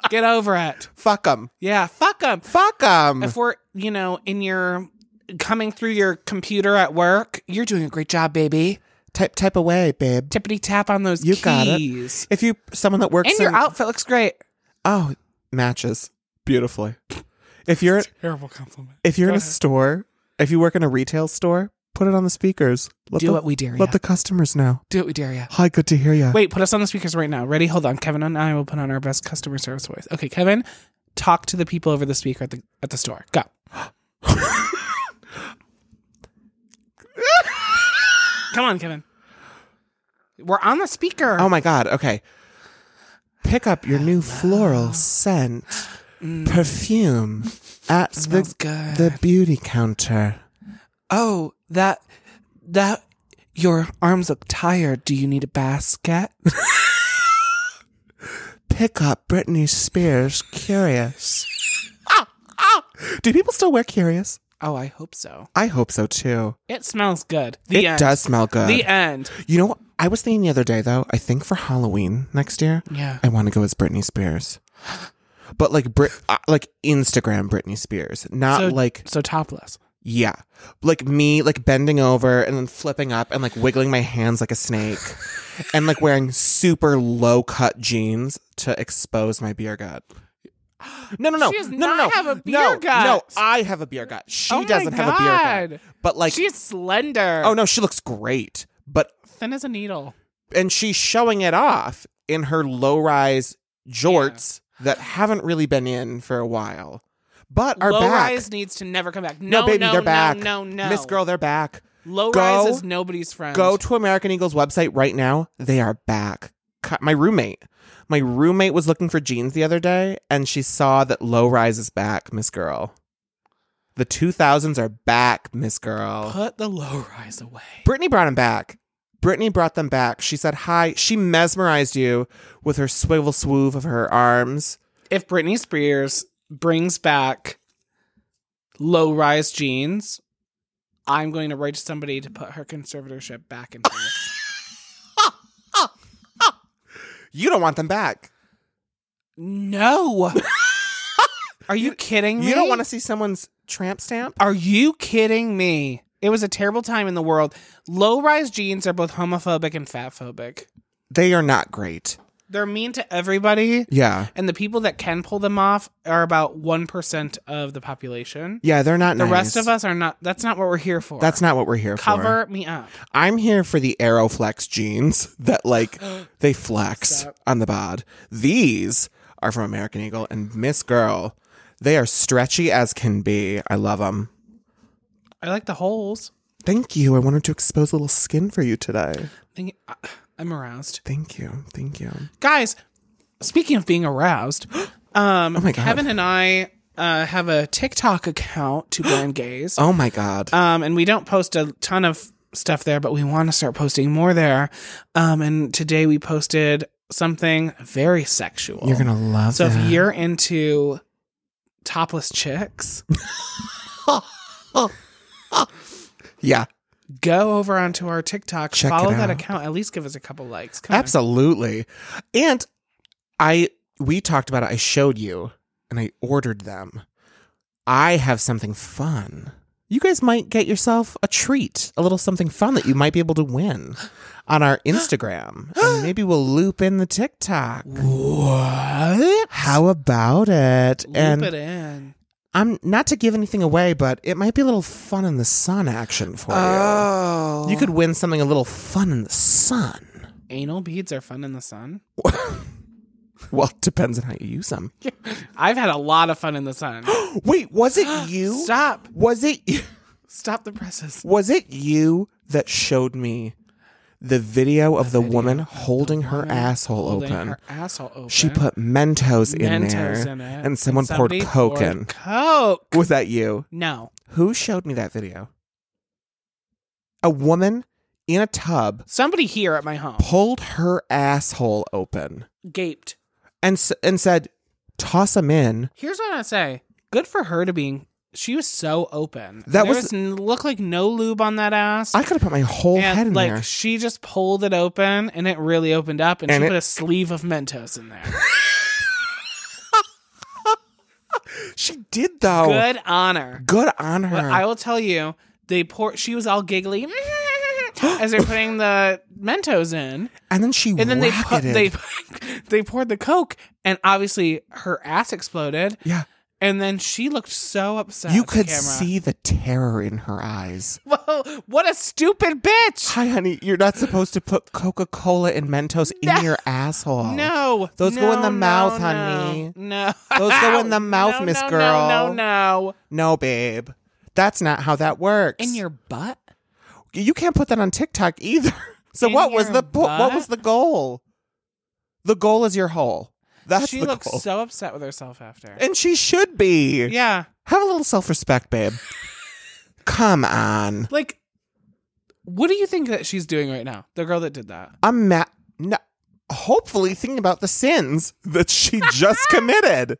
get over it.
Fuck them.
Yeah, fuck them.
Fuck them.
If we're, you know, in your coming through your computer at work, you're doing a great job, baby.
type type away, babe.
Tippity tap on those
You
keys.
got it. If you someone that works
And your
in-
outfit looks great.
oh matches beautifully. If you're
Terrible compliment.
if you're in a
ahead.
store, if you work in a retail store, put it on the speakers. Let
Do
the,
what we dare ya.
Let the customers know.
Do it with Daria.
Hi, good to hear you.
Wait, put us on the speakers right now. Ready? Hold on. Kevin and I will put on our best customer service voice. Okay, Kevin, talk to the people over the speaker at the at the store. Go. Come on, Kevin. We're on the speaker.
Oh my god. Okay. Pick up your new floral scent perfume at the
Mm. Smells good.
the beauty counter.
oh, that that your arms look tired. Do you need a basket?
pick up Britney Spears Curious. Do people still wear Curious?
oh, I hope so.
I hope so too.
It smells good. The
it
end.
does smell good.
The end.
you know, what? I was thinking the other day though, I think for Halloween next year,
Yeah.
I want to go as Britney Spears. But like Brit uh, like Instagram Britney Spears, not
So-
like
So topless.
yeah. Like me like bending over and then flipping up and like wiggling my hands like a snake and like wearing super low cut jeans to expose my beer gut. No, no, no.
She does
no,
not
no, no.
have a beer
no,
gut.
No, I have a beer gut. She
Oh my
doesn't have a beer
God.
gut. But like
She's slender.
oh no, she looks great. But
thin as a needle.
and she's showing it off in her low-rise jorts that haven't really been in for a while, but are
Low
back.
rise needs to never come back.
no,
No,
baby,
no,
they're back.
No, no, no.
Miss Girl, they're back.
Low
go-
rise is nobody's friend.
Go to American Eagle's website right now. They are back. Cu- My roommate, my roommate was looking for jeans the other day, and she saw that low rise is back, Miss Girl. The 2000s are back, Miss Girl.
Put the low rise away.
Brittany brought them back. Brittany brought them back. She said hi. She mesmerized you with her swivel swoove of her arms.
If Britney Spears brings back low rise jeans, I'm going to write to somebody to put her conservatorship back in place.
You don't want them back.
no. Are you kidding me?
You don't want to see someone's tramp stamp.
Are you kidding me? It was a terrible time in the world. Low rise jeans are both homophobic and fatphobic.
They are not great.
They're mean to everybody,
Yeah.
and the people that can pull them off are about 1% of the population.
Yeah, they're not
The
nice.
rest of us are not, that's not what we're here for.
That's not what we're here for.
Cover me up.
I'm here for the Aeroflex jeans that like they flex
Stop.
on the bod. These are from American Eagle and Miss Girl. They are stretchy as can be. I love them.
I like the holes.
Thank you. I wanted to expose a little skin for you today.
Think- I- I'm aroused.
Thank you. Thank you.
Guys, speaking of being aroused, um,
Oh my God.
Kevin and I uh, have a TikTok account to blind gaze.
Oh my god.
um, and we don't post a ton of stuff there, but we want to start posting more there. Um, and today we posted something very sexual.
You're gonna love
so
that.
if you're into topless chicks,
yeah,
go over onto our TikTok,
Check it
follow
out.
that account, at least give us a couple likes. Come on.
absolutely. And I we talked about it. I showed you and I ordered them. I have something fun. You guys might get yourself a treat, a little something fun that you might be able to win on our Instagram. and maybe we'll loop in the TikTok.
What?
How about it?
Loop
and
it in.
I'm not to give anything away, but it might be a little fun in the sun action for
Oh.
you. You could win something a little fun in the sun.
Anal beads are fun in the sun.
Well, it depends on how you use them.
I've had a lot of fun in the sun.
Wait, was it you?
Stop.
Was it you?
Stop the presses.
Was it you that showed me the video of the, woman holding her asshole
Holding
open?
her asshole open.
She put Mentos, in
Mentos
there,
in it,
and someone poured
somebody
Coke
poured
in.
Coke.
Was that you?
No.
Who showed me that video? A woman in a tub
Somebody here at my home
pulled her asshole open
gaped.
and s- and said, "Toss them in."
Here's what I say. Good for her to being. She was so open.
That
That
was-
was, n looked like no lube on that ass.
I could have put my whole head in
and like
there.
she just pulled it open and it really opened up and,
And
she
it-
put a sleeve of Mentos in there.
She did though. Good,
Good honor.
on Oh. her.
But I will tell you, they pour. She was all giggly as they're putting the Mentos in,
and then she
and then they put,
rocketed.
they they poured the Coke, and obviously her ass exploded.
yeah.
And then she looked so upset.
You
at the
could
camera.
see the terror in her eyes.
Whoa, what a stupid bitch!
Hi, honey. You're not supposed to put Coca Cola and Mentos
No.
in your asshole.
No,
Those go
no,
in the
no,
mouth,
no,
honey.
No,
Those go in the mouth,
No,
Miss
no,
Girl.
No, no, no.
No, babe. That's not how that works.
In your butt.
you can't put that on TikTok either. So
In
what was
your
the po- what
butt?
was the goal? The goal is your hole. That's
she
the
looked
goal.
so upset with herself after.
and she should be.
yeah,
Have a little self respect, babe. Come on.
like, what do you think that she's doing right now? The girl that did that.
I'm ma- no, hopefully thinking about the sins that she just committed.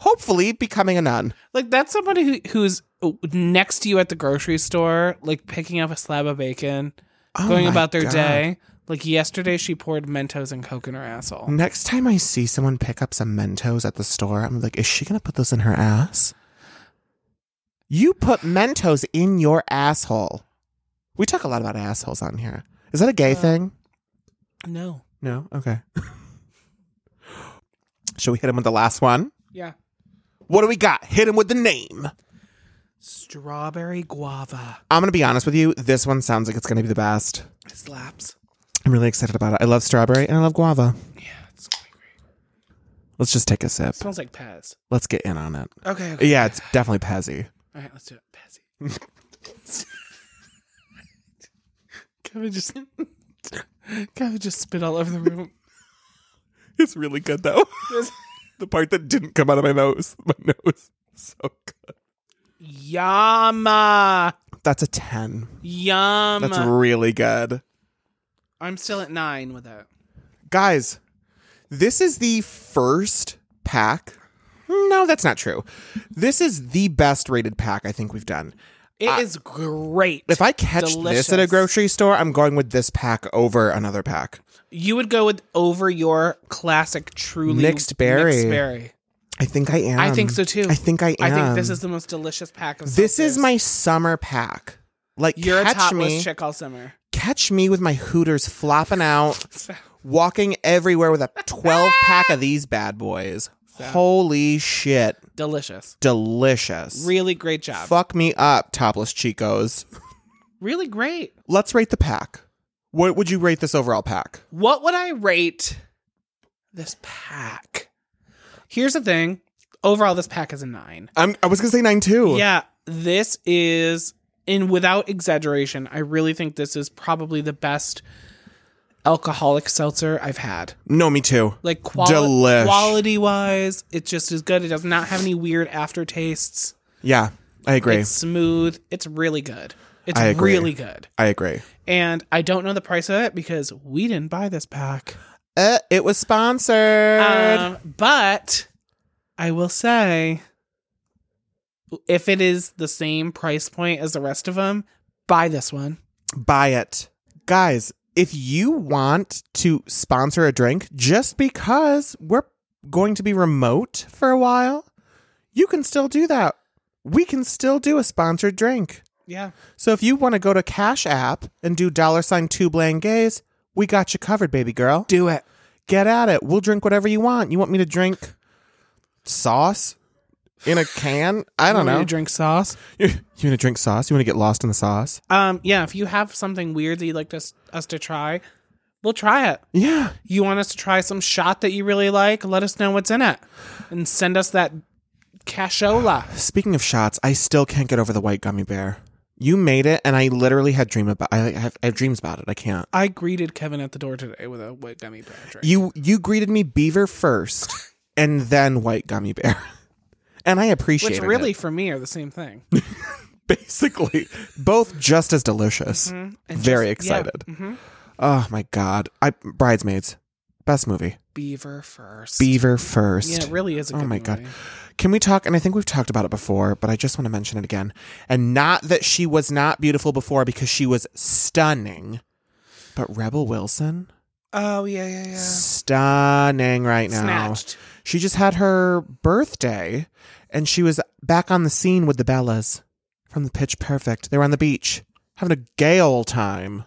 Hopefully becoming a nun.
Like that's somebody who who's next to you at the grocery store, like picking up a slab of bacon,
Oh
going
my
about their
God.
day. Like yesterday, she poured Mentos and Coke in her asshole.
Next time I see someone pick up some Mentos at the store, I'm like, is she going to put those in her ass? You put Mentos in your asshole. We talk a lot about assholes on here. Is that a gay thing?
No.
No? Okay. Should we hit him with the last one?
Yeah.
What do we got? Hit him with the name.
Strawberry guava
I'm going to be honest with you. This one sounds like it's going to be the best.
slaps.
I'm really excited about it. I love strawberry and I love guava. Let's just take a sip.
Smells like Pez.
Let's get in on it.
Okay. okay.
Yeah, it's definitely Pezzy.
All right, let's do it. Pezzy. Kevin just Kevin just spit all over the room.
It's really good though. the part that didn't come out of my nose, my nose, so good.
Yama,
That's a ten.
yama.
That's really good,
I'm still at nine with it.
guys. This is the first pack. No, that's not true. This is the best rated pack I think we've done.
It is great.
If I catch this at a
Delicious.
grocery store, I'm going with this pack over another pack.
you would go with over your classic truly
Mixed berry.
mixed berry.
I think I am.
I think so too.
I think I am.
I think this is the most delicious pack of.
this is
seltzers.
my summer pack. Like
You're a
catch
topless
me,
chick all summer.
catch me with my hooters flopping out, walking everywhere with a twelve pack of these bad boys. Holy shit,
Delicious.
delicious!
Really great job.
Fuck me up, topless chicos.
Really great.
Let's rate the pack. What would you rate this overall pack?
What would I rate this pack? Here's the thing. Overall, this pack is a nine.
I'm, I was gonna say nine too.
Yeah, this is, and without exaggeration, I really think this is probably the best alcoholic seltzer I've had.
No, me too.
Like
Delish.
quali- quality wise, it just is good. It does not have any weird aftertastes.
Yeah, I agree.
It's smooth. It's really good. It's
I agree.
really good.
I agree.
And I don't know the price of it because we didn't buy this pack.
Uh, it was sponsored.
Um, but I will say, if it is the same price point as the rest of them, buy this one.
buy it. Guys, if you want to sponsor a drink just because we're going to be remote for a while, you can still do that. We can still do a sponsored drink.
Yeah.
So if you want to go to Cash App and do dollar sign two bland gays, we got you covered, baby girl.
Do it.
Get at it. We'll drink whatever you want. You want me to drink sauce in a can? I don't
You want me
know.
to drink sauce.
you want to drink sauce? You want to get lost in the sauce?
Um, yeah, if you have something weird that you'd like us, us to try, we'll try it.
Yeah.
You want us to try some shot that you really like? Let us know what's in it and send us that cashola.
Speaking of shots, I still can't get over the white gummy bear. You made it, and I literally had dream about. I I have, I have dreams about it. I can't.
I greeted Kevin at the door today with a white gummy bear drink.
You you greeted me beaver first, and then white gummy bear, and I appreciate
which really for me are the same thing.
basically both just as delicious.
Mm-hmm. And
Very
just- yeah,
excited.
mhm.
Oh my god! I bridesmaids, best movie.
Beaver first.
Beaver first.
Yeah, it really is a
Oh
good
my God.
movie.
Can we talk? And I think we've talked about it before, but I just want to mention it again. And not that she was not beautiful before because she was stunning, but Rebel Wilson,
Oh yeah, yeah, yeah.
stunning right now.
Snatched.
She just had her birthday and she was back on the scene with the Bellas from the Pitch Perfect. They were on the beach having a gay old time.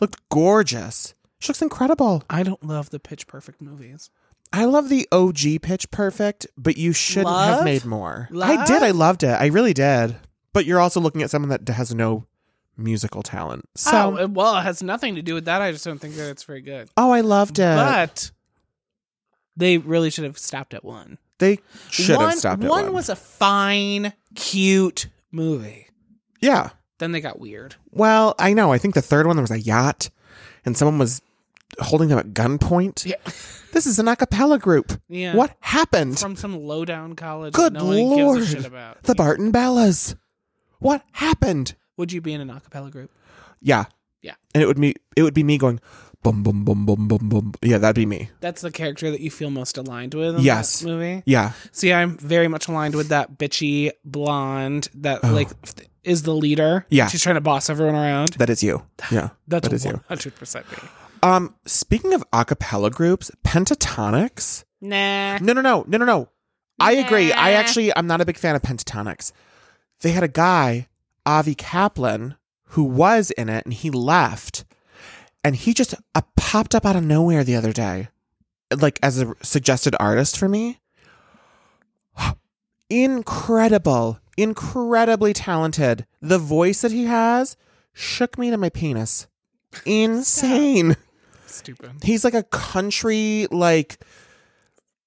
Looked gorgeous. She looks incredible.
I don't love the Pitch Perfect movies.
I love the OG Pitch Perfect, but you shouldn't have
Love?
made more. I
Love?
did. I loved it. I really did. But you're also looking at someone that has no musical talent. So,
oh,
oh,
it- well, it has nothing to do with that. I just don't think that it's very good.
I loved it.
but they really should have stopped at one.
they should
one,
have stopped at
one
one.
was a fine, cute movie.
yeah.
Then they got weird.
Well, I know. I think the third one there was a yacht, and someone was holding them at gunpoint.
Yeah.
This is an a cappella group.
Yeah.
What happened?
From some low down college
Good
that no one
lord!
gives a shit about.
The Barton Bellas. What happened?
Would you be in an acapella group?
Yeah.
Yeah.
And it would be it would be me going bum bum bum bum bum bum. Yeah, that'd be me.
That's the character that you feel most aligned with in
Yes.
that movie.
Yeah.
See, I'm very much aligned with that bitchy blonde that like f- is the leader.
Oh. Yeah.
she's trying to boss everyone around.
That is you. Yeah.
That's
that is you.
100 percent me.
Um, speaking of a cappella groups, pentatonics.
Nah.
No, no, no, no, no, no. I agree. I
Nah.
actually I'm not a big fan of pentatonics. They had a guy, Avi Kaplan, who was in it and he left. And he just uh, popped up out of nowhere the other day. Like as a suggested artist for me. Incredible. Incredibly talented. The voice that he has shook me to my penis. Insane.
Stupid.
He's like a country, like,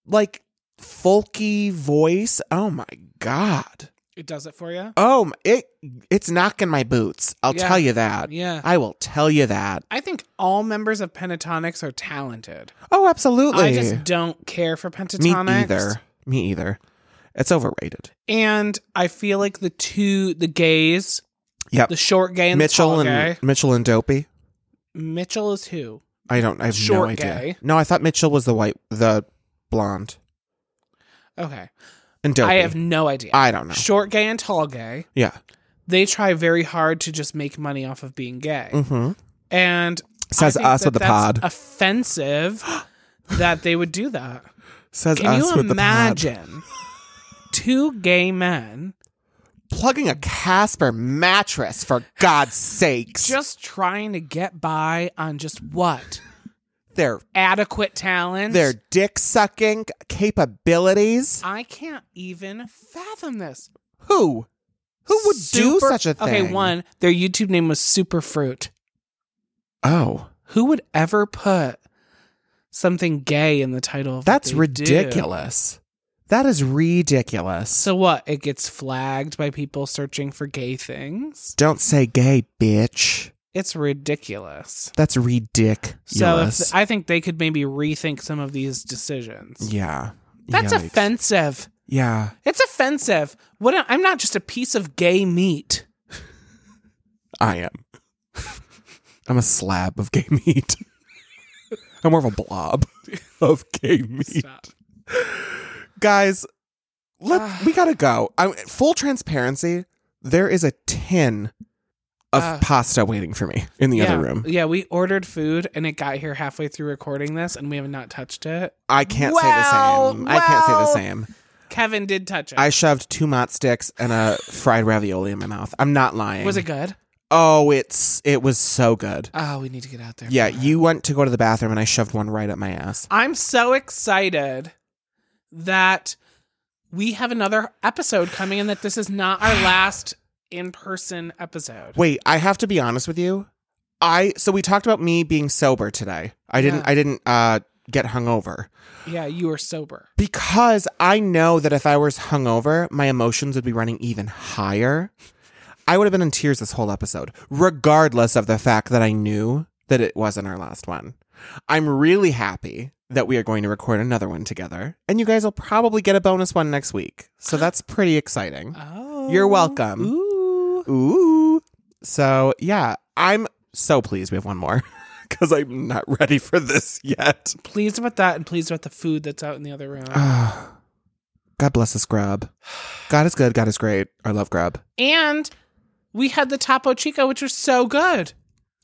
like folky voice. Oh my god.
It does it for you.
Oh, my- it it's knocking my boots. I'll
Yeah.
tell you that.
Yeah.
I will tell you that.
I think all members of Pentatonics are talented.
Oh, absolutely.
I just don't care for
Me
Pentatonics.
either. Me either. It's overrated.
And I feel like the two, the gays,
Yep.
the short gay and the
Mitchell
tall
and
gay.
Mitchell and Dopey.
Mitchell is who?
I don't. I have
Short
no idea.
gay.
No, I thought Mitchell was the white, the blonde,
Okay.
and Dopey.
I have no idea.
I don't know.
Short gay and tall gay.
Yeah.
They try very hard to just make money off of being gay.
Mm-hmm.
And I
Says
think
us
that
with the
that's
pod.
offensive that they would do that.
Says
Can
us
you
with the
imagine two gay men
pod. plugging a Casper mattress for God's sakes.
just trying to get by on just what?
their
Adequate talent?
their dick sucking capabilities.
I can't even fathom this.
Who who would do
Super-
such a thing?
Okay, one, their YouTube name was Superfruit.
Oh,
Who would ever put something gay in the title of what
that's
they do?
ridiculous. That is ridiculous.
So what? It gets flagged by people searching for gay things?
don't say gay, bitch.
It's ridiculous.
That's ridiculous.
So if I think they could maybe rethink some of these decisions.
yeah,
That's
Yikes.
offensive.
Yeah.
It's offensive. What? a- I'm not just a piece of gay meat.
I am. I'm a slab of gay meat. I'm more of a blob of gay meat.
Stop.
Guys,
Ah.
let we gotta go. I, full transparency, there is a tin of
Ah.
pasta waiting for me in the
yeah,
other room.
Yeah, we ordered food and it got here halfway through recording this, and we have not touched it.
I can't say the
Well,
same. I can't say the
well.
same.
Kevin did touch it.
I shoved two mott sticks and a fried ravioli in my mouth. I'm not lying.
was it good?
Oh, it's it was so good.
Oh, we need to get out there.
Yeah,
for it.
you went to go to the bathroom and I shoved one right up my ass.
I'm so excited that we have another episode coming and that this is not our last in person episode.
Wait, I have to be honest with you. I so we talked about me being sober today. I didn't
Yeah.
I didn't uh get hungover
Yeah, you are sober.
because I know that if I was hungover, my emotions would be running even higher. I would have been in tears this whole episode, regardless of the fact that I knew that it wasn't our last one. I'm really happy that we are going to record another one together, and you guys will probably get a bonus one next week. So that's pretty exciting.
Oh.
You're welcome.
Ooh.
Ooh. So yeah, I'm so pleased we have one more because I'm not ready for this yet.
Pleased about that and pleased about the food that's out in the other room.
Ah. God bless us, Grub. God is good. God is great. I love Grub.
and we had the Topo Chico, which was so good.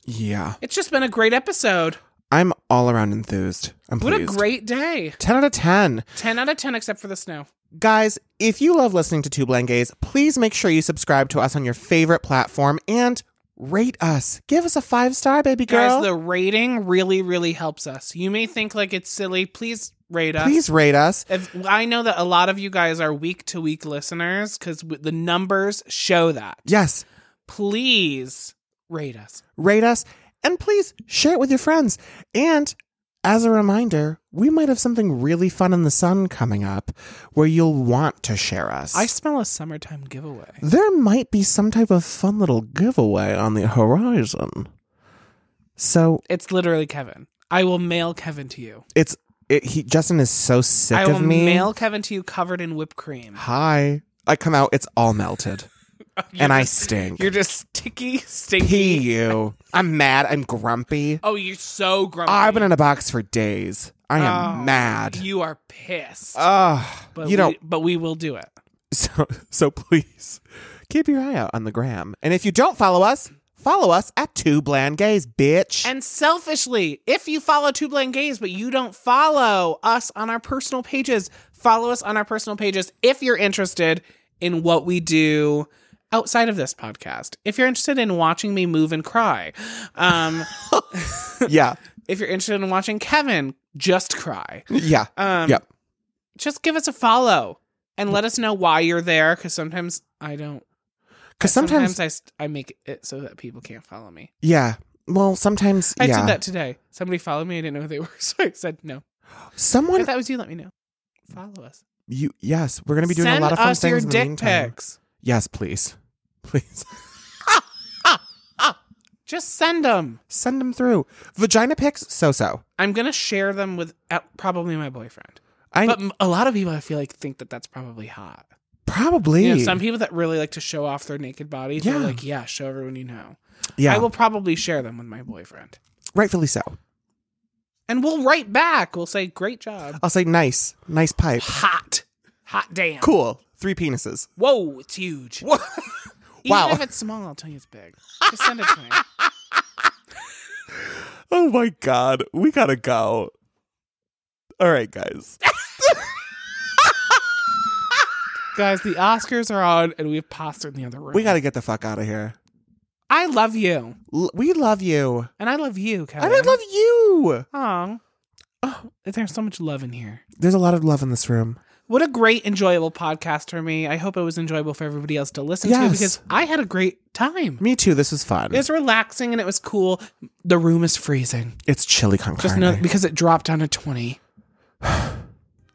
Yeah,
It's just been a great episode.
I'm all around enthused. I'm
What a
pleased.
great day.
10 out of 10.
10 out of 10, except for the snow.
Guys, if you love listening to Two Blind Gays, please make sure you subscribe to us on your favorite platform and rate us. Give us a five star, baby girl.
Guys, the rating really, really helps us. You may think like it's silly. Please rate us.
please rate us.
If, I know that a lot of you guys are week to week listeners because the numbers show that.
Yes,
Please rate us.
rate us, and please share it with your friends. And as a reminder, we might have something really fun in the sun coming up where you'll want to share us.
I smell a summertime giveaway.
there might be some type of fun little giveaway on the horizon. So
It's literally Kevin. I will mail Kevin to you.
it's it, he Justin is so sick
I will
of me.
mail Kevin to you covered in whipped cream.
Hi, I come out, it's all melted,
Oh,
and I stink.
You're just sticky, stinky.
Pee you. I'm mad. I'm grumpy.
Oh, you're so grumpy.
I've been in a box for days. I am
Oh,
mad.
You are pissed.
Ugh,
but
you don't
We, but we will do it.
So, so please keep your eye out on the gram. And if you don't follow us, follow us at Two Bland Gays, bitch.
And selfishly, if you follow Two Blind Gays, but you don't follow us on our personal pages, follow us on our personal pages if you're interested in what we do outside of this podcast. If you're interested in watching me move and cry, um,
yeah,
if you're interested in watching Kevin just cry,
yeah,
um,
Yep.
just give us a follow and let us know why you're there because sometimes I don't.
because sometimes,
Sometimes I, st- I make it so that people can't follow me.
yeah, well, sometimes
I
yeah.
did that today. Somebody followed me. I didn't know who they were, so I said no.
Someone
If that was you, let me know. Follow us.
you yes, we're gonna be doing
Send
a lot of fun
us
things
your
in the
dick
meantime.
pics.
Yes, please, please
Just send them.
send them through. Vagina pics, so so.
I'm gonna share them with uh, probably my boyfriend.
I
But m- a lot of people, I feel like, think that that's probably hot.
probably
You know, some people that really like to show off their naked bodies are
Yeah.
like, yeah, show everyone you know.
yeah,
I will probably share them with my boyfriend.
rightfully so.
And we'll write back. We'll say, great job.
I'll say nice, nice pipe,
Hot. Hot damn.
cool. Three penises.
Whoa, it's huge.
Wow.
Even if it's small, I'll tell you it's big. Just send it to me.
Oh my god, we gotta go. All right, guys.
Guys, the Oscars are on and we have pasta in the other room.
We gotta get the fuck out of here.
I love you.
L- we love you.
And I love you, Kevin.
And I love you.
Aw. Oh, there's so much love in here.
There's a lot of love in this room.
What a great, enjoyable podcast for me. I hope it was enjoyable for everybody else to listen to
Yes.
because I had a great time.
Me too. This was fun.
It was relaxing and it was cool. The room is freezing.
It's chili con
Just
carne.
know because it dropped down to 20.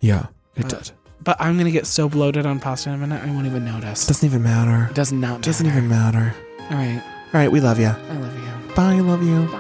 yeah, it
But-
does.
But I'm going to get so bloated on pasta in a minute, I won't even notice.
Doesn't even matter.
It does not matter.
Doesn't even matter.
All right.
All right, we love you.
I love you.
Bye, love you.
Bye.